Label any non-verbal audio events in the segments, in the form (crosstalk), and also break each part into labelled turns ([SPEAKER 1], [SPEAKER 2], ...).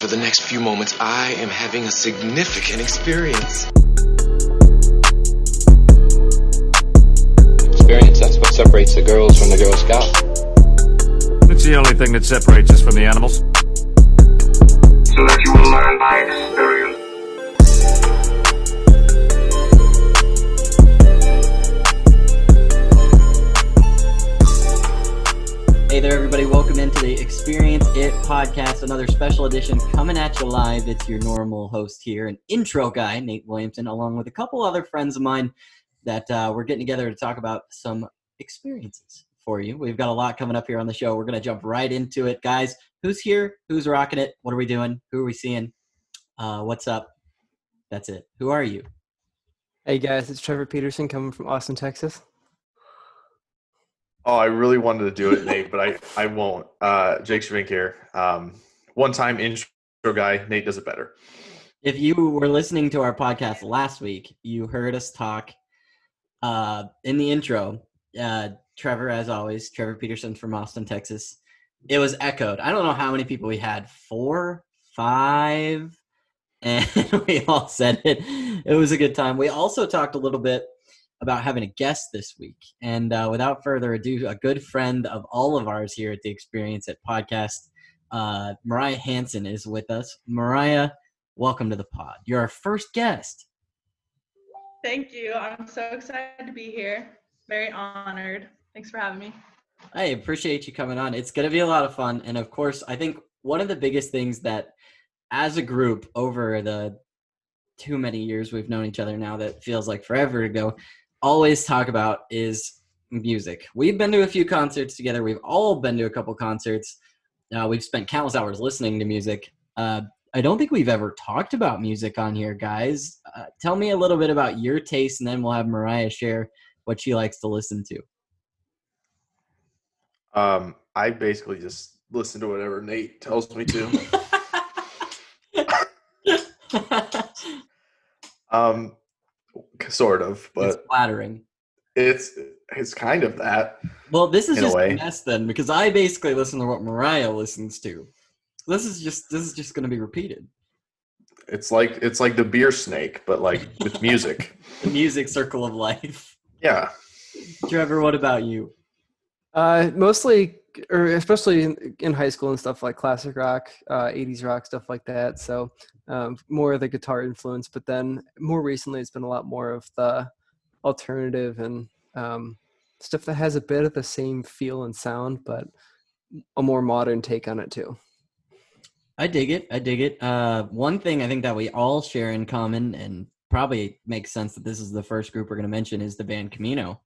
[SPEAKER 1] for the next few moments, I am having a significant experience.
[SPEAKER 2] Experience, that's what separates the girls from the Girl Scout.
[SPEAKER 3] It's the only thing that separates us from the animals.
[SPEAKER 4] so that you will learn by experience.
[SPEAKER 5] Hey there, everybody. Welcome into the Experience It podcast, another special edition coming at you live. It's your normal host here, an intro guy, Nate Williamson, along with a couple other friends of mine that uh, we're getting together to talk about some experiences for you. We've got a lot coming up here on the show. We're going to jump right into it. Guys, who's here? Who's rocking it? What are we doing? Who are we seeing? Uh, what's up? That's it. Who are you?
[SPEAKER 6] Hey guys, it's Trevor Peterson coming from Austin, Texas.
[SPEAKER 7] Oh, I really wanted to do it, Nate, but I, I won't. Uh, Jake Schvink here. Um, one time intro guy. Nate does it better.
[SPEAKER 5] if you were listening to our podcast last week, you heard us talk uh, in the intro. Uh, Trevor, as always, Trevor Peterson from Austin, Texas. It was echoed. I don't know how many people we had four, five, (laughs) and we all said it. It was a good time. We also talked a little bit about having a guest this week. And uh, without further ado, a good friend of all of ours here at the Experience at Podcast, uh, Mariah Hansen, is with us. Mariah, welcome to the pod. You're our first guest.
[SPEAKER 8] Thank you. I'm so excited to be here. Very honored. Thanks for having me.
[SPEAKER 5] I appreciate you coming on. It's going to be a lot of fun. And of course, I think one of the biggest things that as a group over the too many years we've known each other now that feels like forever ago, always talk about is music. We've been to a few concerts together. We've all been to a couple concerts. Uh, we've spent countless hours listening to music. Uh, I don't think we've ever talked about music on here, guys. Uh, tell me a little bit about your taste, and then we'll have Mariah share what she likes to listen to.
[SPEAKER 7] Um, I basically just listen to whatever Nate tells me to.
[SPEAKER 5] (laughs)
[SPEAKER 7] um, sort of,
[SPEAKER 5] it's
[SPEAKER 7] but
[SPEAKER 5] flattering.
[SPEAKER 7] it's it's kind of that.
[SPEAKER 5] Well, this is
[SPEAKER 7] in a
[SPEAKER 5] just a
[SPEAKER 7] way.
[SPEAKER 5] mess then, because I basically listen to what Mariah listens to. This is just this is just going to be repeated.
[SPEAKER 7] It's like it's like the beer snake, but like with music.
[SPEAKER 5] (laughs) The music circle of life. (laughs)
[SPEAKER 7] Yeah.
[SPEAKER 5] Trevor, what about you?
[SPEAKER 6] Uh, mostly, or especially in, in high school and stuff like classic rock, uh, 80s rock, stuff like that. So um, more of the guitar influence, but then more recently, it's been a lot more of the alternative and um, stuff that has a bit of the same feel and sound, but a more modern take on it too.
[SPEAKER 5] I dig it. I dig it. Uh, one thing I think that we all share in common, and probably makes sense that this is the first group we're going to mention, is the band Camino,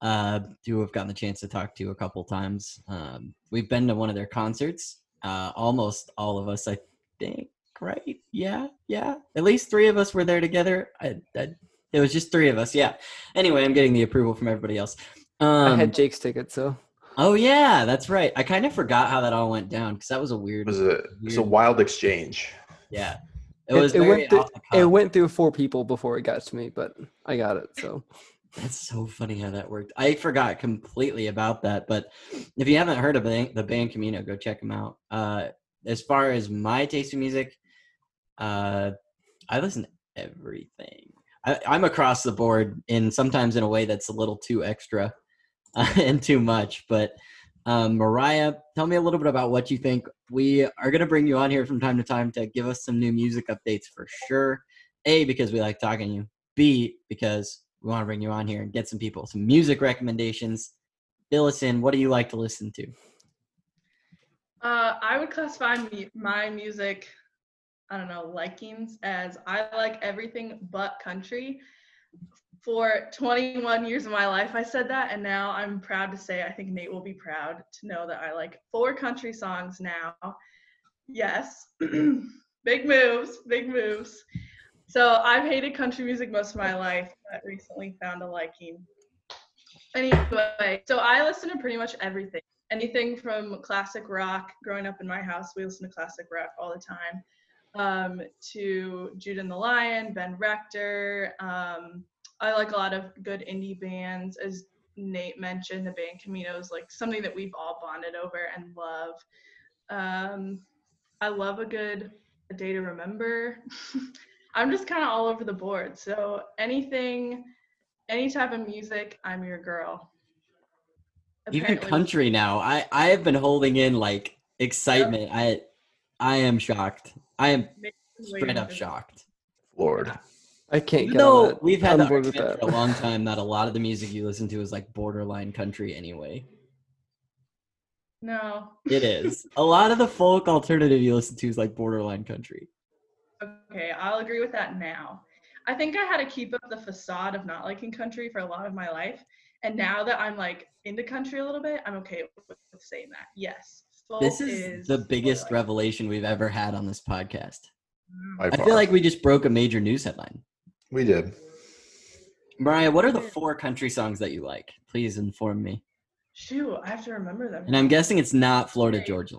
[SPEAKER 5] uh, who have gotten the chance to talk to a couple times. Um, we've been to one of their concerts, uh, almost all of us, I think, right? Yeah, yeah. At least three of us were there together. I, I, it was just three of us, yeah. Anyway, I'm getting the approval from everybody else. Um,
[SPEAKER 6] I had Jake's ticket, so
[SPEAKER 5] oh, yeah, that's right. I kind of forgot how that all went down because that was a weird.
[SPEAKER 7] It was a it's a wild exchange.
[SPEAKER 5] Yeah. It
[SPEAKER 6] It-
[SPEAKER 5] was
[SPEAKER 6] it
[SPEAKER 5] very
[SPEAKER 6] went through-
[SPEAKER 5] off the
[SPEAKER 6] it
[SPEAKER 5] cuff.
[SPEAKER 6] went through four people before it got to me, but I got it. So
[SPEAKER 5] That's so funny how that worked. I forgot completely about that. But if you haven't heard of the, the band Camino, go check them out. Uh, as far as my taste in music, uh, I listen to everything. I, I'm across the board, and sometimes in a way that's a little too extra (laughs) uh, and too much. But um, Mariah, tell me a little bit about what you think. We are going to bring you on here from time to time to give us some new music updates for sure. A, because we like talking to you. B, because we want to bring you on here and get some people some music recommendations. Fill us in. What do you like to listen to?
[SPEAKER 8] Uh, I would classify mu- my music, I don't know, likings as I like everything but country. For 21 years of my life, I said that, and now I'm proud to say I think Nate will be proud to know that I like four country songs now. Yes, (clears throat) big moves, big moves. So I've hated country music most of my life, but recently found a liking. Anyway, so I listen to pretty much everything anything from classic rock. Growing up in my house, we listened to classic rock all the time. Um, to Jude and the Lion, Ben Rector. Um, I like a lot of good indie bands. As Nate mentioned, the band Camino is like something that we've all bonded over and love. Um, I love a good a day to remember. (laughs) I'm just kind of all over the board. So anything, any type of music, I'm your girl.
[SPEAKER 5] Even
[SPEAKER 8] Apparently-
[SPEAKER 5] country now. I I have been holding in like excitement. I I am shocked. I am straight up shocked.
[SPEAKER 7] Lord.
[SPEAKER 6] I can't
[SPEAKER 5] Even
[SPEAKER 6] get on
[SPEAKER 5] though
[SPEAKER 6] that.
[SPEAKER 5] we've had
[SPEAKER 6] I'm
[SPEAKER 5] the
[SPEAKER 6] bored with
[SPEAKER 5] argument
[SPEAKER 6] that.
[SPEAKER 5] for a
[SPEAKER 6] (laughs)
[SPEAKER 5] long time that a lot of the music you listen to is like borderline country anyway.
[SPEAKER 8] No.
[SPEAKER 5] It is. a lot of the folk alternative you listen to is like borderline country.
[SPEAKER 8] Okay, I'll agree with that now. I think I had to keep up the facade of not liking country for a lot of my life. And now that I'm like into country a little bit, I'm okay with, with saying that. Yes. Folk
[SPEAKER 5] This is the
[SPEAKER 8] what I
[SPEAKER 5] biggest
[SPEAKER 8] like.
[SPEAKER 5] revelation we've ever had on this podcast.
[SPEAKER 8] Mm.
[SPEAKER 7] by
[SPEAKER 5] I
[SPEAKER 7] far.
[SPEAKER 5] feel like we just broke a major news headline.
[SPEAKER 7] we did.
[SPEAKER 5] Mariah, what are the four country songs that you like? Please inform me.
[SPEAKER 8] Shoot, I have to remember them.
[SPEAKER 5] And I'm guessing it's not Florida Georgia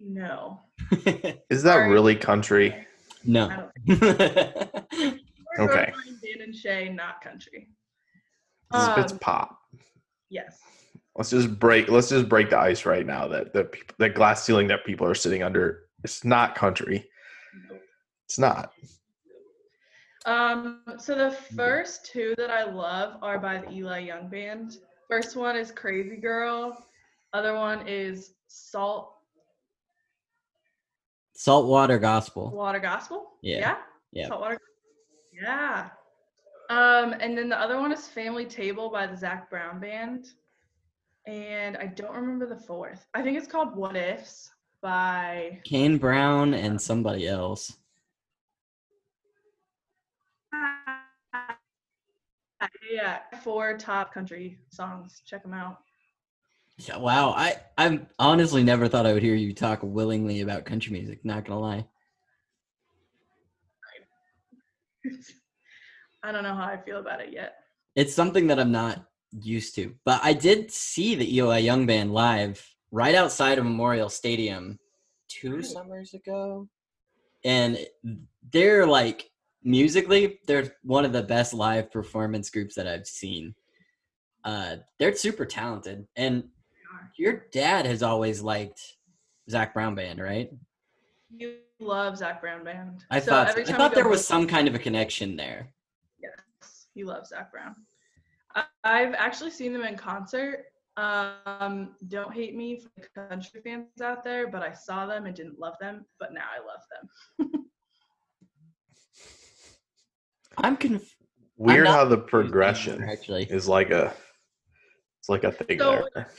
[SPEAKER 8] no.
[SPEAKER 5] Line.
[SPEAKER 7] Is that
[SPEAKER 8] Sorry.
[SPEAKER 7] really country?
[SPEAKER 8] I
[SPEAKER 5] (laughs) no. (laughs)
[SPEAKER 8] don't
[SPEAKER 5] That's
[SPEAKER 8] We're going
[SPEAKER 7] Okay.
[SPEAKER 8] with Dan and Shay, not country.
[SPEAKER 7] It's, it's
[SPEAKER 8] Um,
[SPEAKER 7] pop.
[SPEAKER 8] Yes.
[SPEAKER 7] Let's just break. Let's just break the ice right now. That the peop- that glass ceiling that people are sitting under. It's not country.
[SPEAKER 8] Nope.
[SPEAKER 7] It's not.
[SPEAKER 8] Um, so the
[SPEAKER 5] Mm-hmm.
[SPEAKER 8] first two that I love are by the Eli Young Band. First one is Crazy Girl. Other one is Salt
[SPEAKER 5] Saltwater Gospel.
[SPEAKER 8] Water Gospel.
[SPEAKER 5] Yeah.
[SPEAKER 8] Yeah.
[SPEAKER 5] Yeah.
[SPEAKER 8] Saltwater. Yeah. Um, and then the other one is Family Table by the Zach Brown Band. And I don't remember the fourth. I think it's called What Ifs by
[SPEAKER 5] Kane Brown and somebody else.
[SPEAKER 8] yeah four top country songs. Check them out.
[SPEAKER 5] Yeah, Wow, I I honestly never thought I would hear you talk willingly about country music. Not gonna lie.
[SPEAKER 8] (laughs) I don't know how I feel about it yet.
[SPEAKER 5] it's something that I'm not used to. But I did see the EOI Young Band live right outside of Memorial Stadium two
[SPEAKER 8] Hmm.
[SPEAKER 5] summers ago. And they're like musically, they're one of the best live performance groups that I've seen. Uh, they're super talented. And your dad has always liked Zach Brown Band, right?
[SPEAKER 8] You love Zach Brown Band.
[SPEAKER 5] I
[SPEAKER 8] So
[SPEAKER 5] thought
[SPEAKER 8] every
[SPEAKER 5] I
[SPEAKER 8] time
[SPEAKER 5] thought
[SPEAKER 8] we go
[SPEAKER 5] there was
[SPEAKER 8] visit-
[SPEAKER 5] some kind of a connection there.
[SPEAKER 8] Yes, you love Zach Brown. I, I've actually seen them in concert. Um, don't hate me for the country fans out there, but I saw them and didn't love them, but now I love them.
[SPEAKER 5] I'm conf-
[SPEAKER 7] Weird
[SPEAKER 5] not
[SPEAKER 7] how the progression
[SPEAKER 5] actually.
[SPEAKER 7] is like a. It's like a thing
[SPEAKER 8] So-
[SPEAKER 7] there.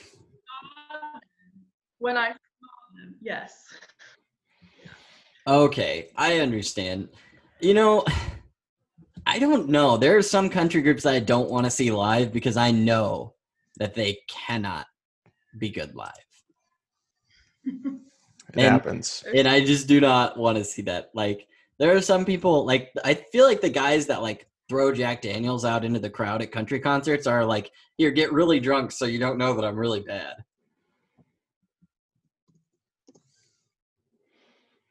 [SPEAKER 8] When I saw them, yes. (laughs)
[SPEAKER 5] Okay, I understand. You know, I don't know. There are some country groups that I don't want to see live because I know that they cannot be good live.
[SPEAKER 7] It
[SPEAKER 5] And-
[SPEAKER 7] happens.
[SPEAKER 5] And I just do not want to see that. Like there are some people like I feel like the guys that like throw Jack Daniels out into the crowd at country concerts are like, here, get really drunk so you don't know that I'm really bad.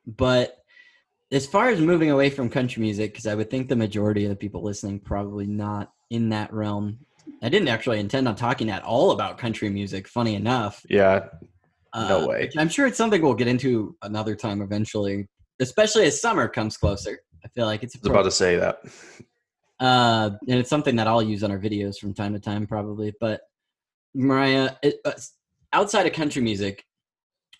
[SPEAKER 5] But as far as moving away from country music, because I would think the majority of the people listening probably not in that realm. I didn't actually intend on talking at all about country music, funny enough.
[SPEAKER 7] Yeah,
[SPEAKER 5] Uh,
[SPEAKER 7] No way.
[SPEAKER 5] which I'm sure it's something we'll get into another time eventually, especially as summer comes closer. I feel like it's,
[SPEAKER 7] I was about to say that.
[SPEAKER 5] uh, and it's something that I'll use on our videos from time to time, probably. But Mariah, it, uh, s- outside of country music,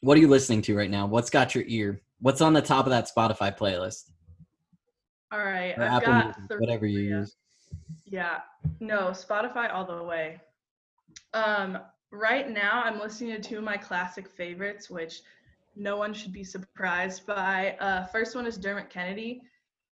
[SPEAKER 5] what are you listening to right now? What's got your ear? What's on the top of that Spotify playlist
[SPEAKER 8] All right,
[SPEAKER 5] or
[SPEAKER 8] I've
[SPEAKER 5] Apple
[SPEAKER 8] got
[SPEAKER 5] Music,
[SPEAKER 8] three-
[SPEAKER 5] whatever you
[SPEAKER 8] yeah.
[SPEAKER 5] use?
[SPEAKER 8] Yeah, no, Spotify all the way. Um, right now, I'm listening to two of my classic favorites, which no one should be surprised by. Uh, first one is Dermot Kennedy.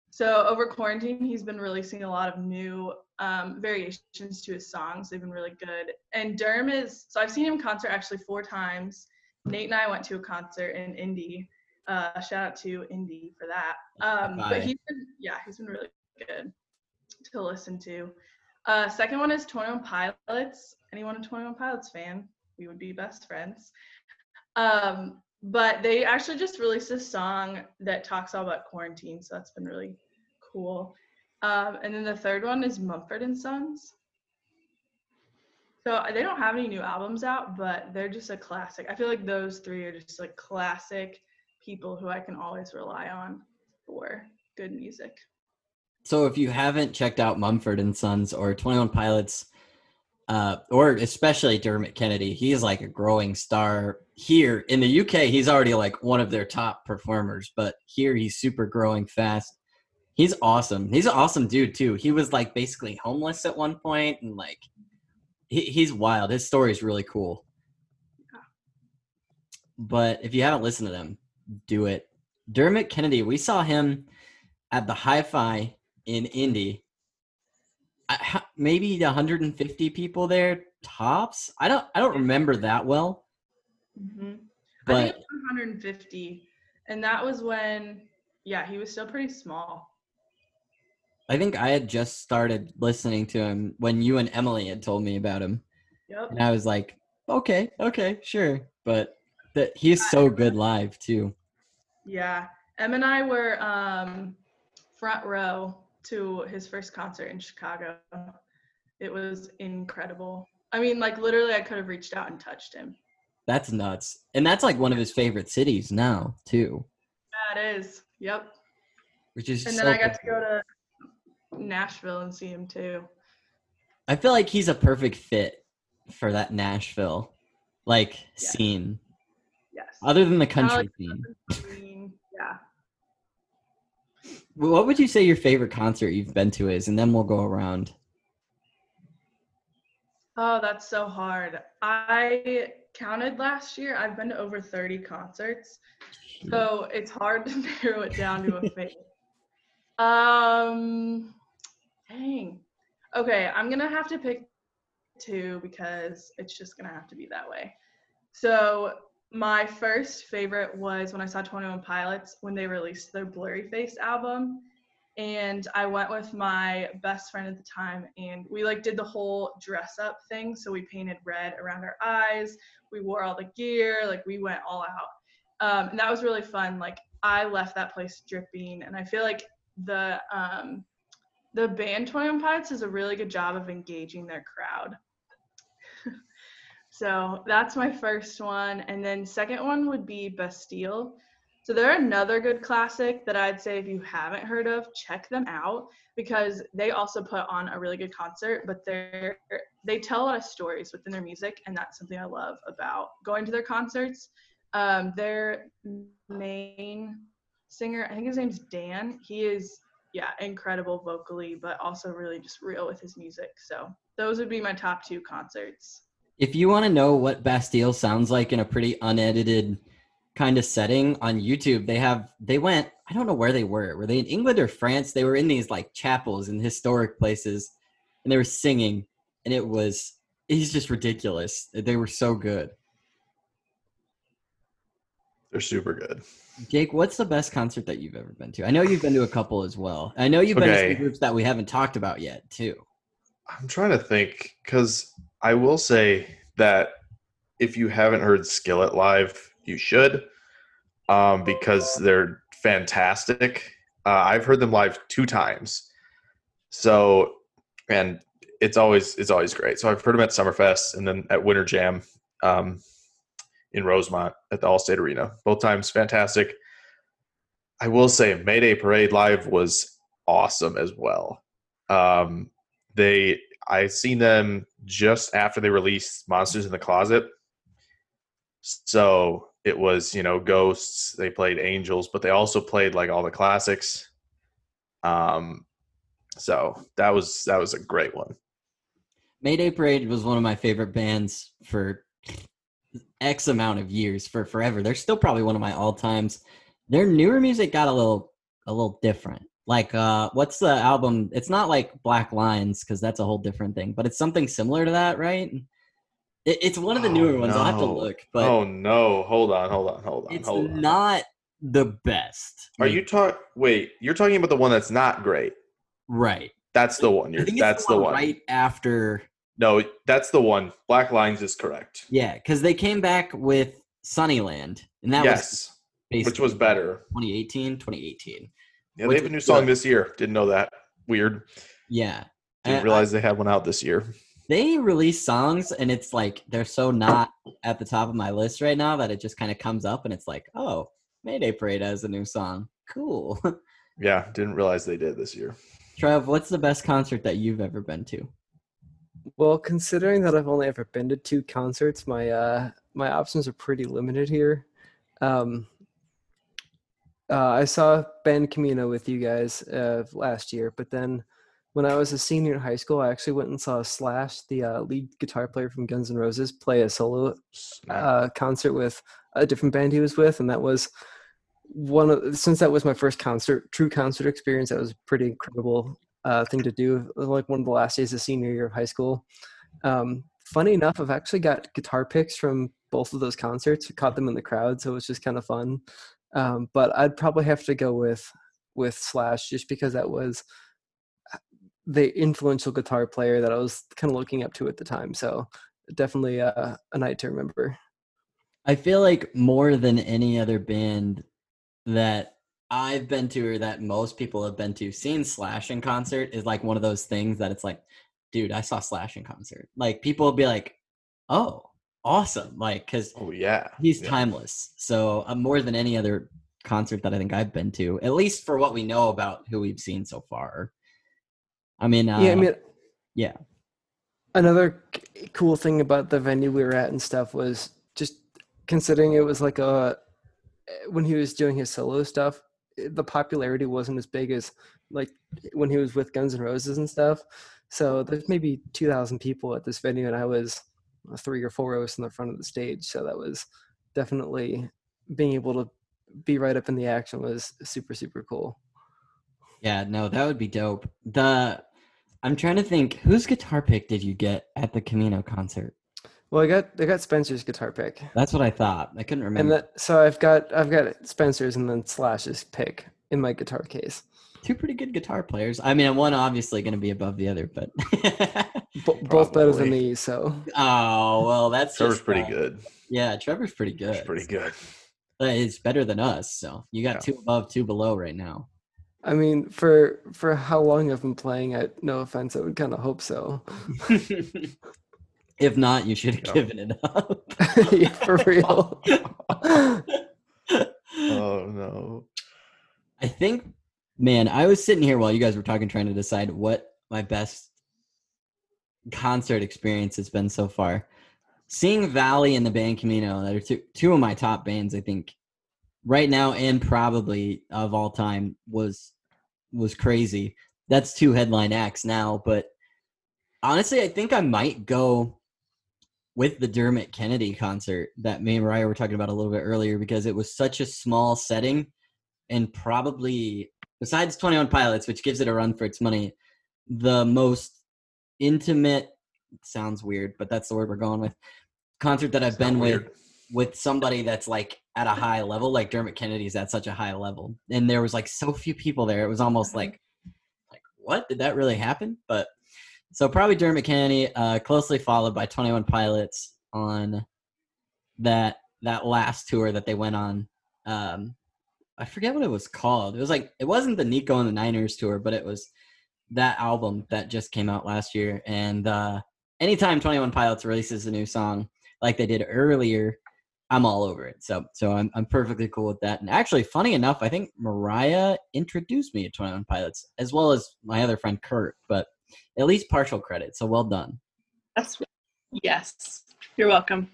[SPEAKER 8] So over quarantine, he's been releasing a lot of new um, variations to his songs. They've been really good. And Derm is so I've seen him in concert actually four times. Nate and I went to a concert in Indy. Uh, shout out to Indy for that. Um,
[SPEAKER 5] Bye.
[SPEAKER 8] but he's been, yeah, he's been really good to listen to. Uh, second one is Twenty One Pilots. Anyone a Twenty One Pilots fan? We would be best friends. Um, but they actually just released a song that talks all about quarantine, so that's been really cool. Um, and then the third one is Mumford and Sons. So they don't have any new albums out, but they're just a classic. I feel like those three are just like classic people who I can always rely on for good music.
[SPEAKER 5] So if you haven't checked out Mumford and Sons or Twenty One Pilots, uh, or especially Dermot Kennedy, he's like a growing star here in the UK. He's already like one of their top performers, but here he's super growing fast. He's awesome. He's an awesome dude too. He was like basically homeless at one point, and like he, he's wild. His story is really cool. But if you haven't listened to them, do it. Dermot Kennedy, we saw him at the Hi-Fi in Indy. I, ha- maybe 150 people there tops. I don't I don't remember that well.
[SPEAKER 8] hmm I
[SPEAKER 5] But
[SPEAKER 8] think it was 150, and that was when, yeah, he was still pretty small.
[SPEAKER 5] I think I had just started listening to him when you and Emily had told me about him,
[SPEAKER 8] Yep.
[SPEAKER 5] and I was like, okay, okay, sure. But that he's so good live too.
[SPEAKER 8] Yeah. Em and I were um, front row to his first concert in Chicago. It was incredible. I mean, like literally, I could have reached out and touched him.
[SPEAKER 5] That's nuts, and that's like one of his favorite cities now too,
[SPEAKER 8] That is. Yep.
[SPEAKER 5] which is.
[SPEAKER 8] And
[SPEAKER 5] so
[SPEAKER 8] then I got to
[SPEAKER 5] cool.
[SPEAKER 8] go to Nashville and see him too.
[SPEAKER 5] I feel like he's a perfect fit for that Nashville like scene.
[SPEAKER 8] Yes.
[SPEAKER 5] Other than the
[SPEAKER 8] Kinda
[SPEAKER 5] country
[SPEAKER 8] like
[SPEAKER 5] scene,
[SPEAKER 8] Queen, yeah.
[SPEAKER 5] what would you say your favorite concert you've been to is, and then we'll go around.
[SPEAKER 8] Oh, that's so hard. I counted last year. I've been to over 30 concerts. So it's hard (laughs) to narrow it down to a favorite. Um dang. Okay, I'm gonna have to pick two because it's just gonna have to be that way. So my first favorite was when I saw 21 Pilots when they released their Blurry Face album. And I went with my best friend at the time and we like did the whole dress up thing. So we painted red around our eyes, we wore all the gear, like we went all out. Um, and that was really fun. Like I left that place dripping and I feel like the um the band 21 Pilots does a really good job of engaging their crowd. (laughs) so that's my first one. And then second one would be Bastille. So they're another good classic that I'd say if you haven't heard of, check them out because they also put on a really good concert, but they're they tell a lot of stories within their music, and that's something I love about going to their concerts. Um, their main singer, I think his name's Dan. He is yeah, incredible vocally, but also really just real with his music. So those would be my top two concerts.
[SPEAKER 5] If you want to know what Bastille sounds like in a pretty unedited kind of setting on YouTube, they have they went, I don't know where they were. Were they in England or France? They were in these like chapels and historic places and they were singing and it was it's just ridiculous. They were so good.
[SPEAKER 7] They're super good.
[SPEAKER 5] Jake, what's the best concert that you've ever been to? I know you've been to a couple as well. I know you've been to
[SPEAKER 7] Okay.
[SPEAKER 5] some groups that we haven't talked about yet, too.
[SPEAKER 7] I'm trying to think because I will say that if you haven't heard Skillet live, you should um, because they're fantastic. Uh, I've heard them live two times, so and it's always it's always great. So I've heard them at Summerfest and then at Winter Jam um, in Rosemont at the Allstate Arena. Both times fantastic. I will say Mayday Parade live was awesome as well. Um, they I seen them just after they released Monsters in the Closet. So it was, you know, Ghosts, they played Angels, but they also played like all the classics. Um so that was that was a great one.
[SPEAKER 5] Mayday Parade was one of my favorite bands for X amount of years, for forever. They're still probably one of my all times. Their newer music got a little a little different. Like uh what's the album? It's not like Black Lines because that's a whole different thing, but it's something similar to that, right? It, it's one of the newer
[SPEAKER 7] Oh,
[SPEAKER 5] ones. I'll have to
[SPEAKER 7] no.
[SPEAKER 5] look, but
[SPEAKER 7] oh no, hold on, hold on, hold on,
[SPEAKER 5] it's
[SPEAKER 7] hold on.
[SPEAKER 5] not the best.
[SPEAKER 7] Are you talk wait, you're talking about the one that's not great.
[SPEAKER 5] right?
[SPEAKER 7] That's the one.
[SPEAKER 5] I
[SPEAKER 7] You're,
[SPEAKER 5] think it's
[SPEAKER 7] that's the one.
[SPEAKER 5] right after
[SPEAKER 7] No, that's the one. Black Lines is correct.
[SPEAKER 5] yeah, because they came back with Sunnyland, and that was
[SPEAKER 7] yes, which
[SPEAKER 5] basically
[SPEAKER 7] was better.
[SPEAKER 5] 2018, 2018
[SPEAKER 7] Yeah, they
[SPEAKER 5] Which
[SPEAKER 7] have a
[SPEAKER 5] is
[SPEAKER 7] new song
[SPEAKER 5] good.
[SPEAKER 7] this year. Didn't know that. Weird.
[SPEAKER 5] Yeah.
[SPEAKER 7] Didn't
[SPEAKER 5] Uh,
[SPEAKER 7] realize they had one out this year.
[SPEAKER 5] They release songs and it's like they're so not at the top of my list right now that it just kind of comes up and it's like, oh, Mayday Parade has a new song. Cool. (laughs)
[SPEAKER 7] Yeah, didn't realize they did this year.
[SPEAKER 5] Trev, what's the best concert that you've ever been to?
[SPEAKER 6] Well, considering that I've only ever been to two concerts, my uh, my options are pretty limited here. Um, uh, I saw Ben Camino with you guys uh, last year, but then when I was a senior in high school, I actually went and saw Slash, the uh, lead guitar player from Guns N' Roses, play a solo uh, concert with a different band he was with, and that was one of since that was my first concert, true concert experience. That was a pretty incredible uh, thing to do. Like one of the last days of senior year of high school. Um, funny enough, I've actually got guitar picks from both of those concerts. I caught them in the crowd, so it was just kind of fun. Um, but I'd probably have to go with with Slash just because that was uh, the influential guitar player that I was kind of looking up to at the time. So definitely uh, a night to remember.
[SPEAKER 5] I feel like more than any other band that I've been to or that most people have been to, seeing Slash in concert is like one of those things that it's like, dude, I saw Slash in concert. Like people will be like, oh, awesome. Like, because
[SPEAKER 7] Oh yeah,
[SPEAKER 5] he's
[SPEAKER 7] Yeah.
[SPEAKER 5] timeless. So uh, more than any other concert that I think I've been to, at least for what we know about who we've seen so far. I mean, uh,
[SPEAKER 6] yeah, I mean,
[SPEAKER 5] yeah.
[SPEAKER 6] Another c- cool thing about the venue we were at and stuff was just considering it was like a when he was doing his solo stuff, eh, the popularity wasn't as big as like when he was with Guns N' Roses and stuff. So there's maybe two thousand people at this venue, and I was three or four rows in the front of the stage. So that was definitely being able to be right up in the action was super super cool.
[SPEAKER 5] yeah, no, that would be dope. The I'm trying to think, whose guitar pick did you get at the Camino concert?
[SPEAKER 6] Well, I got I got Spencer's guitar pick.
[SPEAKER 5] That's what I thought. I couldn't remember.
[SPEAKER 6] And that, so I've got I've got Spencer's and then Slash's pick in my guitar case.
[SPEAKER 5] Two pretty good guitar players. I mean, one obviously going to be above the other, but (laughs)
[SPEAKER 6] Bo- both better than
[SPEAKER 7] Probably.
[SPEAKER 6] me, so
[SPEAKER 5] oh well, that's
[SPEAKER 7] Trevor's
[SPEAKER 5] just,
[SPEAKER 7] pretty
[SPEAKER 5] uh,
[SPEAKER 7] good.
[SPEAKER 5] Yeah, Trevor's pretty good.
[SPEAKER 7] Trevor's
[SPEAKER 5] (laughs)
[SPEAKER 7] pretty good.
[SPEAKER 5] But it's better than us. So you got two above, two below right now.
[SPEAKER 6] I mean for for how long I've been playing, I no offense, I would kind of hope so. (laughs)
[SPEAKER 5] (laughs) if not, you should have
[SPEAKER 7] Yeah.
[SPEAKER 5] given it up.
[SPEAKER 6] (laughs)
[SPEAKER 5] (laughs)
[SPEAKER 6] Yeah, for real.
[SPEAKER 7] Oh no.
[SPEAKER 5] I think, man, I was sitting here while you guys were talking, trying to decide what my best concert experience has been so far. Seeing Valley and the band Camino, that are two, two of my top bands, I think, right now and probably of all time, was was crazy. That's two headline acts now, but honestly, I think I might go with the Dermot Kennedy concert that me and Mariah were talking about a little bit earlier because it was such a small setting and probably besides 21 pilots which gives it a run for its money the most intimate sounds weird but that's the word we're going with concert that i've been with
[SPEAKER 7] weird.
[SPEAKER 5] with somebody that's like at a high level like dermot kennedy's at such a high level and there was like so few people there it was almost like like what did that really happen but so probably dermot kennedy uh closely followed by 21 pilots on that that last tour that they went on um I forget what it was called. It was like it wasn't the Nico and the Niners tour, but it was that album that just came out last year. And uh, anytime Twenty One Pilots releases a new song like they did earlier, I'm all over it. So so I'm I'm perfectly cool with that. And actually, funny enough, I think Mariah introduced me to Twenty One Pilots as well as my other friend Kurt. But at least partial credit. So well done.
[SPEAKER 8] That's yes. You're welcome.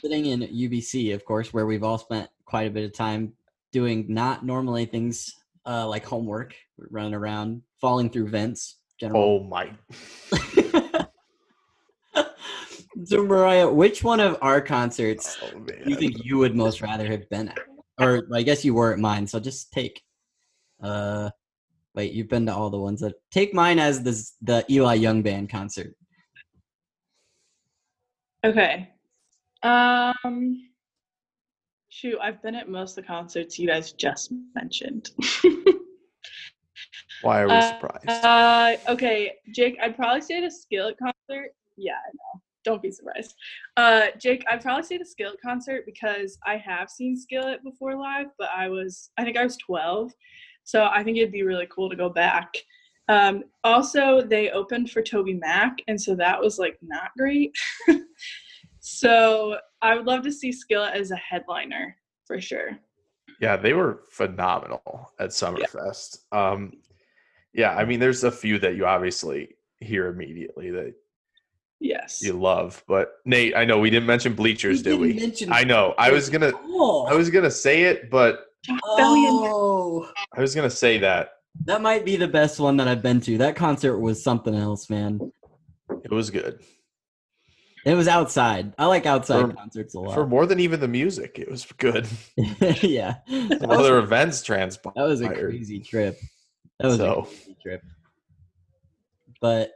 [SPEAKER 5] sitting in UBC, of course, where we've all spent quite a bit of time doing not normally things uh, like homework, running around, falling through vents. General.
[SPEAKER 7] Oh my.
[SPEAKER 5] (laughs)
[SPEAKER 7] (laughs)
[SPEAKER 5] so, Mariah, which one of our concerts
[SPEAKER 7] Oh man.
[SPEAKER 5] do (laughs) you think you would most rather have been at? Or I guess you were at mine, so just take. Uh, wait, you've been to all the ones that take mine as the the Eli Young band concert.
[SPEAKER 8] Okay. Um shoot, I've been at most of the concerts you guys just mentioned. (laughs)
[SPEAKER 7] Why are we
[SPEAKER 8] Uh,
[SPEAKER 7] surprised?
[SPEAKER 8] uh okay, Jake, I'd probably say at a skillet concert. Yeah, I know. Don't be surprised. Uh Jake, I'd probably say the skillet concert because I have seen Skillet before live, but I was I think I was twelve. So I think it'd be really cool to go back. Um, also, they opened for Toby Mac, and so that was like not (laughs) great. so I would love to see Skillet as a headliner. for sure.
[SPEAKER 7] Yeah, they were phenomenal at Summerfest. Um, yeah, I mean, there's a few that you obviously hear immediately that
[SPEAKER 8] Yes.
[SPEAKER 7] you love, but Nate, I know we didn't mention Bleachers, did we? I know. I was gonna,
[SPEAKER 5] Cool.
[SPEAKER 7] I was gonna say it, but
[SPEAKER 8] John Bellion.
[SPEAKER 5] Oh,
[SPEAKER 7] I was gonna say that
[SPEAKER 5] that might be the best one that I've been to. That concert was something else, man.
[SPEAKER 7] it was good
[SPEAKER 5] It was outside. I like outside
[SPEAKER 7] For-
[SPEAKER 5] concerts a lot. (laughs)
[SPEAKER 7] for more than even the music. It was good.
[SPEAKER 5] yeah, that
[SPEAKER 7] (laughs) One of
[SPEAKER 5] was,
[SPEAKER 7] their events transpired.
[SPEAKER 5] that was a crazy trip. That was a
[SPEAKER 7] So.
[SPEAKER 5] crazy trip. But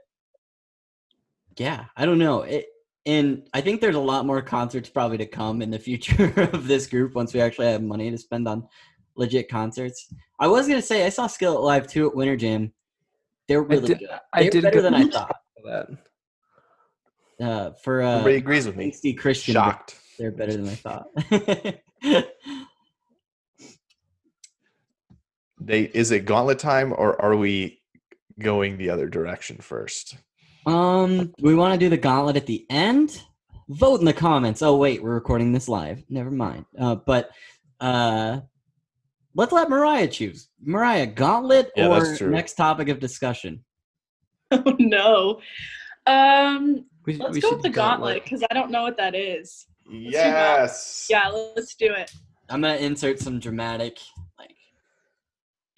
[SPEAKER 5] yeah, I don't know. It and I think there's a lot more concerts probably to come in the (laughs) future of this group once we actually have money to spend on legit concerts. I was gonna say I saw Skillet Live too at Winter Jam. They're really
[SPEAKER 6] did-
[SPEAKER 5] good.
[SPEAKER 6] I
[SPEAKER 5] They're
[SPEAKER 6] did
[SPEAKER 5] better
[SPEAKER 6] go-
[SPEAKER 5] than I
[SPEAKER 6] (laughs)
[SPEAKER 5] thought.
[SPEAKER 6] That.
[SPEAKER 5] Uh, for uh,
[SPEAKER 7] Everybody agrees with me.
[SPEAKER 5] angsty Christian, band.
[SPEAKER 7] Shocked.
[SPEAKER 5] they're better than I thought. (laughs)
[SPEAKER 7] They is it gauntlet time or are we going the other direction first?
[SPEAKER 5] um, do we want to do the gauntlet at the end. Vote in the comments. Oh wait, we're recording this live. Never mind. Uh, but uh, let's let Mariah choose. Mariah, gauntlet
[SPEAKER 7] Yeah, that's
[SPEAKER 5] or
[SPEAKER 7] true.
[SPEAKER 5] next topic of discussion.
[SPEAKER 8] Oh no. Um,
[SPEAKER 6] We,
[SPEAKER 8] let's
[SPEAKER 6] we
[SPEAKER 8] go
[SPEAKER 6] should
[SPEAKER 8] with the
[SPEAKER 6] do
[SPEAKER 8] gauntlet because I don't know what that is.
[SPEAKER 7] Yes.
[SPEAKER 8] Yeah, let's do it.
[SPEAKER 5] I'm gonna insert some dramatic, like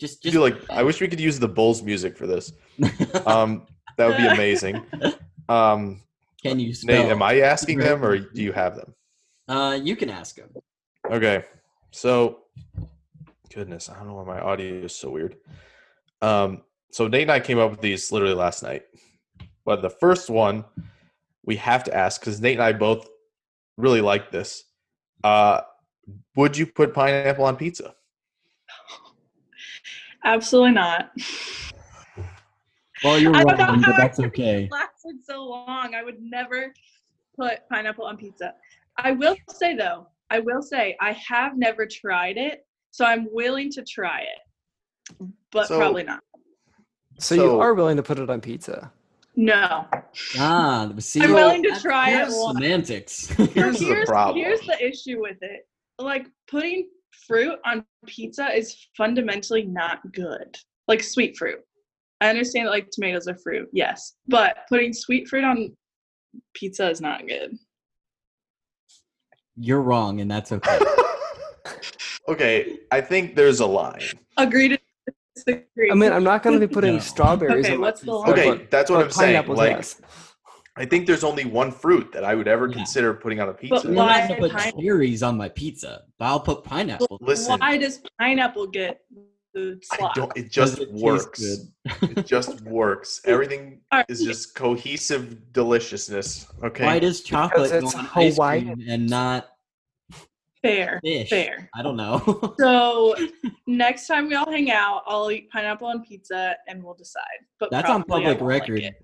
[SPEAKER 5] just
[SPEAKER 7] I
[SPEAKER 5] just
[SPEAKER 7] feel like I wish we could use the Bulls music for this. Um, that would be amazing. Um,
[SPEAKER 5] (laughs) Can you spell?
[SPEAKER 7] Nate, am I asking them or do you have them?
[SPEAKER 5] Uh, you can ask him.
[SPEAKER 7] Okay. So, goodness, I don't know why my audio is so weird. Um, so Nate and I came up with these literally last night. But the first one we have to ask because Nate and I both really like this. Uh, would you put pineapple on
[SPEAKER 6] (laughs)
[SPEAKER 7] pizza?
[SPEAKER 8] Absolutely not.
[SPEAKER 5] Well, you're
[SPEAKER 8] I
[SPEAKER 5] wrong,
[SPEAKER 8] don't know
[SPEAKER 5] but
[SPEAKER 8] how I
[SPEAKER 5] that's
[SPEAKER 8] could
[SPEAKER 5] okay.
[SPEAKER 8] (laughs) lasted so long. I would never put pineapple on pizza. I will say though, I will say I have never tried it, so I'm willing to try it, but
[SPEAKER 7] So-
[SPEAKER 8] probably not.
[SPEAKER 6] So, you
[SPEAKER 7] So-
[SPEAKER 6] are willing to put it on pizza?
[SPEAKER 8] No,
[SPEAKER 5] Ah, see,
[SPEAKER 8] I'm willing to try it
[SPEAKER 5] here's
[SPEAKER 8] once.
[SPEAKER 5] semantics. (laughs)
[SPEAKER 7] Here's the problem.
[SPEAKER 8] Here's the issue with it. Like putting fruit on pizza is fundamentally not good. Like sweet fruit. I understand that like tomatoes are fruit, yes, but putting sweet fruit on pizza is not good.
[SPEAKER 5] You're wrong, and that's okay.
[SPEAKER 7] okay, I think there's a line.
[SPEAKER 8] Agree to disagree.
[SPEAKER 6] I mean, I'm not going to be putting
[SPEAKER 5] No.
[SPEAKER 6] strawberries.
[SPEAKER 8] Okay,
[SPEAKER 6] on my
[SPEAKER 8] what's the
[SPEAKER 6] pizza,
[SPEAKER 8] line?
[SPEAKER 7] Okay,
[SPEAKER 6] but-
[SPEAKER 7] that's what
[SPEAKER 6] but
[SPEAKER 7] I'm saying.
[SPEAKER 6] pineapples,
[SPEAKER 7] Like,
[SPEAKER 6] yes.
[SPEAKER 7] I think there's only one fruit that I would ever
[SPEAKER 5] Yeah.
[SPEAKER 7] consider putting on a pizza.
[SPEAKER 5] I'm not
[SPEAKER 8] Why
[SPEAKER 5] gonna put
[SPEAKER 8] pineapple?
[SPEAKER 5] cherries on my pizza, but I'll put pineapple.
[SPEAKER 7] Listen,
[SPEAKER 8] Why does pineapple get the
[SPEAKER 7] I
[SPEAKER 8] slot?
[SPEAKER 7] don't. It
[SPEAKER 5] 'cause
[SPEAKER 7] just
[SPEAKER 5] it tastes
[SPEAKER 7] works.
[SPEAKER 5] (laughs) good.
[SPEAKER 7] It just works. Everything
[SPEAKER 8] All right.
[SPEAKER 7] is just cohesive deliciousness. Okay.
[SPEAKER 5] Why does chocolate go
[SPEAKER 6] it's
[SPEAKER 5] on ice cream
[SPEAKER 6] Hawaiian.
[SPEAKER 5] and not
[SPEAKER 8] fair.
[SPEAKER 5] fish?
[SPEAKER 8] Fair.
[SPEAKER 5] I don't know. (laughs)
[SPEAKER 8] So next time we all hang out, I'll eat pineapple on pizza and we'll decide. But
[SPEAKER 5] that's on
[SPEAKER 8] probably I
[SPEAKER 5] public
[SPEAKER 8] won't like
[SPEAKER 5] record.
[SPEAKER 8] it.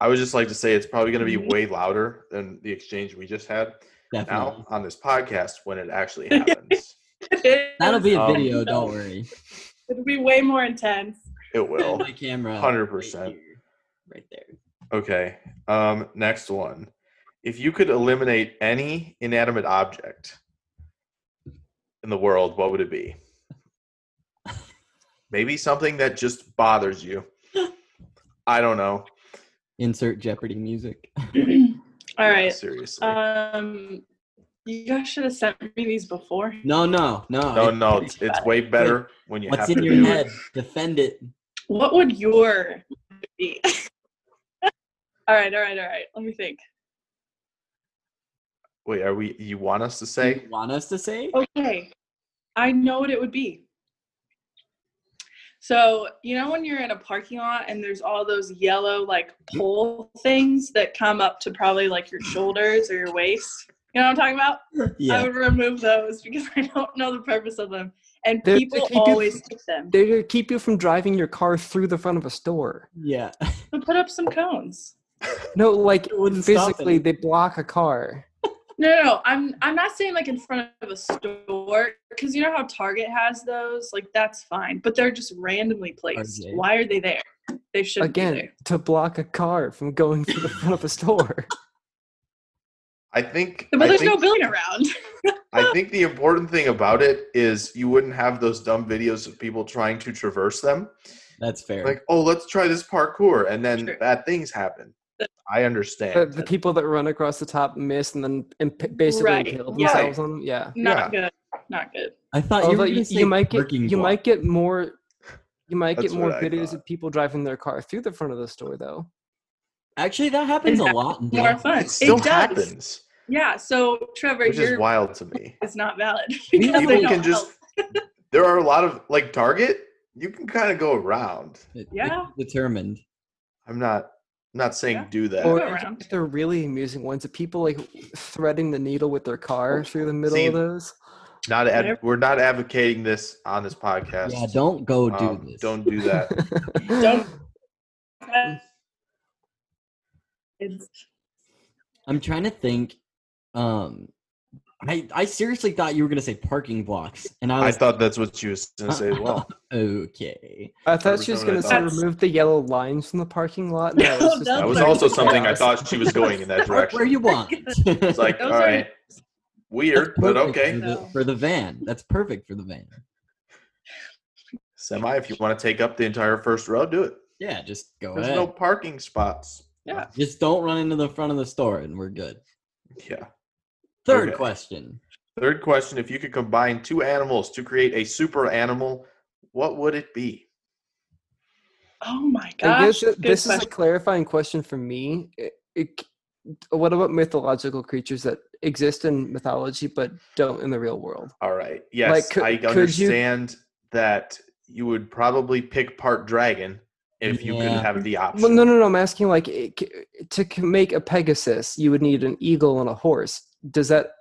[SPEAKER 7] I would just like to say it's probably going to be way louder than the exchange we just had
[SPEAKER 5] definitely.
[SPEAKER 7] now on this podcast when it actually happens.
[SPEAKER 8] (laughs)
[SPEAKER 5] That'll be a
[SPEAKER 7] Um,
[SPEAKER 5] video. Don't worry.
[SPEAKER 8] It'll be way more intense.
[SPEAKER 7] it will.
[SPEAKER 5] My camera.
[SPEAKER 7] 100%.
[SPEAKER 5] right here, Right there.
[SPEAKER 7] Okay. Um, next one. If you could eliminate any inanimate object in the world, what would it be? Maybe something that just bothers you. I don't know.
[SPEAKER 5] Insert Jeopardy music. (laughs)
[SPEAKER 8] all
[SPEAKER 7] Yeah,
[SPEAKER 8] right.
[SPEAKER 7] Seriously.
[SPEAKER 8] Um, you guys should have sent me these before.
[SPEAKER 5] No, no, no.
[SPEAKER 7] no,
[SPEAKER 5] it-
[SPEAKER 7] no, it's, it's way better when you
[SPEAKER 5] What's
[SPEAKER 7] have
[SPEAKER 5] in
[SPEAKER 7] to
[SPEAKER 5] your
[SPEAKER 7] do
[SPEAKER 5] head?
[SPEAKER 7] it.
[SPEAKER 5] Defend it.
[SPEAKER 8] What would your be? (laughs) all right, all right, all right. Let me think.
[SPEAKER 7] Wait, are we? You want us to
[SPEAKER 5] You
[SPEAKER 7] say?
[SPEAKER 5] want us to say?
[SPEAKER 8] Okay. I know what it would be. So, you know when you're in a parking lot and there's all those yellow like pole things that come up to probably like your shoulders or your waist? You know what I'm talking about? I
[SPEAKER 5] Yeah.
[SPEAKER 8] would remove those because (laughs) I don't know the purpose of them. And
[SPEAKER 6] They're to
[SPEAKER 8] people
[SPEAKER 6] keep you-
[SPEAKER 8] always took them.
[SPEAKER 6] They're to keep you from driving your car through the front of a store.
[SPEAKER 5] Yeah.
[SPEAKER 8] So put up some cones.
[SPEAKER 6] No, like
[SPEAKER 5] (laughs) It wouldn't stop
[SPEAKER 6] physically,
[SPEAKER 5] it.
[SPEAKER 6] they block a car.
[SPEAKER 8] No, no, no. I'm I'm not saying like in front of a store because you know how Target has those. Like that's fine, but they're just randomly placed.
[SPEAKER 5] Okay.
[SPEAKER 8] Why are they there? They
[SPEAKER 7] (laughs)
[SPEAKER 8] should
[SPEAKER 6] Again, to block a car from going through the front of a store.
[SPEAKER 7] I think.
[SPEAKER 8] But
[SPEAKER 7] I
[SPEAKER 8] there's
[SPEAKER 7] think,
[SPEAKER 8] no building around. (laughs)
[SPEAKER 7] I think the important thing about it is you wouldn't have those dumb videos of people trying to traverse them.
[SPEAKER 5] That's fair.
[SPEAKER 7] Like, oh, let's try this parkour, and then
[SPEAKER 8] Sure.
[SPEAKER 7] bad things happen.
[SPEAKER 8] But-
[SPEAKER 7] I
[SPEAKER 6] The,
[SPEAKER 7] understand.
[SPEAKER 6] the people that run across the top miss and then imp- basically
[SPEAKER 8] Right,
[SPEAKER 6] impale
[SPEAKER 8] yeah.
[SPEAKER 6] themselves on them. Yeah.
[SPEAKER 8] Not good. Not good.
[SPEAKER 5] I thought you
[SPEAKER 6] Although
[SPEAKER 5] were
[SPEAKER 6] you,
[SPEAKER 5] gonna
[SPEAKER 6] you
[SPEAKER 5] say
[SPEAKER 6] might get
[SPEAKER 5] working
[SPEAKER 6] you
[SPEAKER 5] block.
[SPEAKER 6] might get more you might get
[SPEAKER 7] That's
[SPEAKER 6] more
[SPEAKER 7] what I
[SPEAKER 6] videos
[SPEAKER 7] thought.
[SPEAKER 6] of people driving their car through the front of the store though.
[SPEAKER 5] Actually, that happens a
[SPEAKER 8] It's
[SPEAKER 5] lot. In
[SPEAKER 8] More
[SPEAKER 5] Dallas.
[SPEAKER 8] fun.
[SPEAKER 7] It still
[SPEAKER 8] does.
[SPEAKER 7] happens,
[SPEAKER 8] Yeah. So Trevor,
[SPEAKER 7] which is
[SPEAKER 8] your
[SPEAKER 7] wild to me.
[SPEAKER 8] (laughs) is not valid
[SPEAKER 5] Yeah,
[SPEAKER 8] because
[SPEAKER 7] people
[SPEAKER 8] they
[SPEAKER 5] like-
[SPEAKER 7] can
[SPEAKER 8] don't
[SPEAKER 7] just.
[SPEAKER 8] help.
[SPEAKER 7] there are a lot of like Target. You can kind of go around.
[SPEAKER 5] It- it's
[SPEAKER 8] Yeah.
[SPEAKER 5] Determined.
[SPEAKER 7] I'm not. I'm not saying
[SPEAKER 8] Yeah.
[SPEAKER 7] do that.
[SPEAKER 6] Or
[SPEAKER 8] go
[SPEAKER 6] if you
[SPEAKER 8] around.
[SPEAKER 6] get the really amusing ones of people like threading the needle with their car through the middle
[SPEAKER 7] Oh, See,
[SPEAKER 6] of those. (laughs)
[SPEAKER 7] not ad-
[SPEAKER 8] Whatever.
[SPEAKER 7] we're not advocating this on this podcast.
[SPEAKER 5] Yeah. Don't go do
[SPEAKER 7] Um,
[SPEAKER 5] this.
[SPEAKER 7] Don't do that.
[SPEAKER 5] (laughs)
[SPEAKER 6] (laughs)
[SPEAKER 8] Don't. It's
[SPEAKER 5] I'm trying to think. Um, I I seriously thought you were gonna say parking blocks, and I
[SPEAKER 7] I
[SPEAKER 5] was
[SPEAKER 7] thought that's what she was going to say
[SPEAKER 5] (laughs)
[SPEAKER 7] as well.
[SPEAKER 5] okay.
[SPEAKER 6] I thought
[SPEAKER 7] was
[SPEAKER 6] she was
[SPEAKER 7] something I
[SPEAKER 6] gonna say
[SPEAKER 8] thought.
[SPEAKER 6] remove the yellow lines from the parking lot.
[SPEAKER 8] (laughs)
[SPEAKER 6] No,
[SPEAKER 8] No,
[SPEAKER 6] it's just-
[SPEAKER 8] those
[SPEAKER 7] That was
[SPEAKER 8] are-
[SPEAKER 7] also something I thought she was going in that
[SPEAKER 5] Park (laughs)
[SPEAKER 7] direction.
[SPEAKER 5] where you want.
[SPEAKER 7] It's like, all
[SPEAKER 8] Those are-
[SPEAKER 7] right, weird, but
[SPEAKER 5] For
[SPEAKER 7] okay.
[SPEAKER 5] the, for the van, that's perfect for the van.
[SPEAKER 7] Semi, if you want to take up the entire first row, do it.
[SPEAKER 5] Yeah, just go
[SPEAKER 7] There's
[SPEAKER 5] ahead.
[SPEAKER 7] no parking spots.
[SPEAKER 8] Yeah.
[SPEAKER 5] Just don't run into the front of the store, and we're good.
[SPEAKER 7] Yeah.
[SPEAKER 5] Third
[SPEAKER 7] Okay.
[SPEAKER 5] question.
[SPEAKER 7] Third question If you could combine two animals to create a super animal, what would it be?
[SPEAKER 8] oh my
[SPEAKER 6] And
[SPEAKER 8] gosh.
[SPEAKER 6] this,
[SPEAKER 8] good
[SPEAKER 6] this is a
[SPEAKER 8] question.
[SPEAKER 6] clarifying question for me. It- it- what about mythological creatures that exist in mythology but don't in the real world?
[SPEAKER 7] All right. Yes.
[SPEAKER 6] could-
[SPEAKER 7] I
[SPEAKER 6] could you-
[SPEAKER 7] understand that you would probably pick part dragon if you could
[SPEAKER 5] Yeah.
[SPEAKER 7] have the option.
[SPEAKER 6] Well, no, no, no. I'm asking like it, c- to c- make a Pegasus, you would need an eagle and a horse. Does that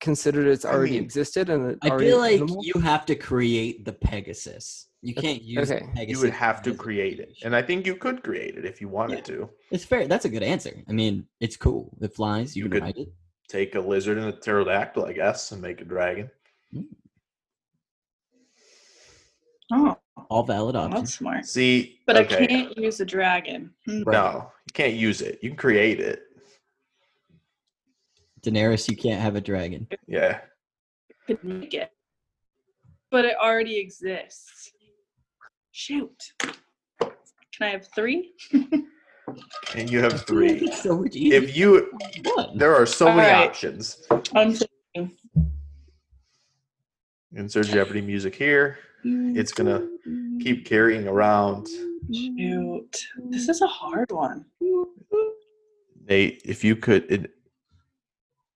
[SPEAKER 6] considered it's
[SPEAKER 7] I
[SPEAKER 6] already
[SPEAKER 7] mean,
[SPEAKER 6] existed and it
[SPEAKER 5] I
[SPEAKER 6] already
[SPEAKER 5] feel like
[SPEAKER 6] animal?
[SPEAKER 5] you have to create the Pegasus. You can't use
[SPEAKER 6] okay.
[SPEAKER 5] the
[SPEAKER 6] You
[SPEAKER 5] Pegasus.
[SPEAKER 7] you would have to
[SPEAKER 5] as a
[SPEAKER 7] create it.
[SPEAKER 5] creation.
[SPEAKER 7] And I think you could create it if you wanted to.
[SPEAKER 5] It's fair. That's a good answer. I mean, it's cool. It flies. You,
[SPEAKER 7] You
[SPEAKER 5] can
[SPEAKER 7] could-
[SPEAKER 5] ride it.
[SPEAKER 7] Take a lizard and a pterodactyl, I guess, and make a dragon.
[SPEAKER 8] Oh,
[SPEAKER 5] All valid
[SPEAKER 8] that's
[SPEAKER 5] options.
[SPEAKER 8] smart.
[SPEAKER 7] See,
[SPEAKER 8] But
[SPEAKER 7] okay.
[SPEAKER 8] I can't use a dragon. Hmm.
[SPEAKER 5] Right.
[SPEAKER 7] No, you can't use it. You can create it.
[SPEAKER 5] Daenerys, you can't have a dragon.
[SPEAKER 7] Yeah.
[SPEAKER 8] Could make it. But it already exists. Shoot. Can I have three?
[SPEAKER 7] And you
[SPEAKER 8] (laughs)
[SPEAKER 7] have three.
[SPEAKER 5] It's so much easier.
[SPEAKER 7] if you,
[SPEAKER 5] One.
[SPEAKER 7] there are so
[SPEAKER 8] All
[SPEAKER 7] many
[SPEAKER 8] right.
[SPEAKER 7] options.
[SPEAKER 8] I'm
[SPEAKER 7] Insert Jeopardy music here. It's gonna keep carrying around.
[SPEAKER 8] shoot. This is a hard one.
[SPEAKER 7] Nate, if you could, it,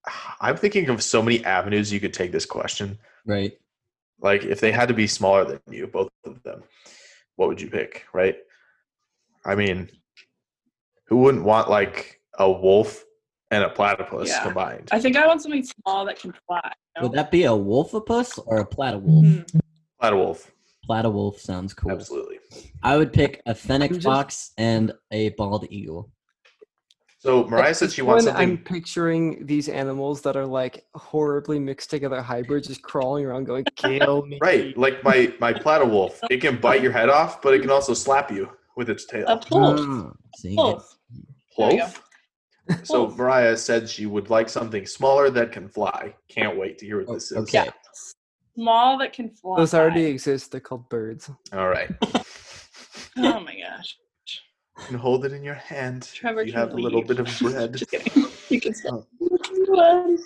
[SPEAKER 7] (sighs) I'm thinking of so many avenues you could take this question.
[SPEAKER 5] Right.
[SPEAKER 7] Like, if they had to be smaller than you, both of them, what would you pick? Right? I mean, who wouldn't want like a wolf and a platypus
[SPEAKER 8] Yeah.
[SPEAKER 7] combined?
[SPEAKER 8] I think I want something small that can fly. you know?
[SPEAKER 5] Would that be a wolfopus or a platywolf?
[SPEAKER 8] Hmm.
[SPEAKER 7] Platywolf,
[SPEAKER 5] Platywolf sounds cool.
[SPEAKER 7] absolutely.
[SPEAKER 5] I would pick a fennec
[SPEAKER 6] I'm just-
[SPEAKER 5] fox and a bald eagle.
[SPEAKER 7] So Mariah
[SPEAKER 6] At
[SPEAKER 7] said
[SPEAKER 6] this
[SPEAKER 7] she wants
[SPEAKER 6] point,
[SPEAKER 7] something.
[SPEAKER 6] I'm picturing these animals that are like horribly mixed together hybrids, just crawling around, going "kill me."
[SPEAKER 7] Right, like my my platywolf. It can bite your head off, but it can also slap you with its
[SPEAKER 8] A
[SPEAKER 7] tail.
[SPEAKER 8] pulse.
[SPEAKER 5] Ah, see,
[SPEAKER 8] Pulse. there we go.
[SPEAKER 7] Plof. So
[SPEAKER 8] Pulse.
[SPEAKER 7] Mariah said she would like something smaller that can fly. Can't wait to hear what
[SPEAKER 5] Oh,
[SPEAKER 7] this is.
[SPEAKER 5] okay.
[SPEAKER 8] Small that can fly.
[SPEAKER 6] Those already exist. They're called birds.
[SPEAKER 7] All
[SPEAKER 8] (laughs)
[SPEAKER 7] right.
[SPEAKER 8] Oh my gosh.
[SPEAKER 7] You can hold it in your hand. if
[SPEAKER 8] Trevor
[SPEAKER 7] you
[SPEAKER 8] can
[SPEAKER 7] have a little
[SPEAKER 8] leave.
[SPEAKER 7] bit of bread.
[SPEAKER 8] (laughs)
[SPEAKER 7] Oh.
[SPEAKER 8] Just kidding. You can still. What?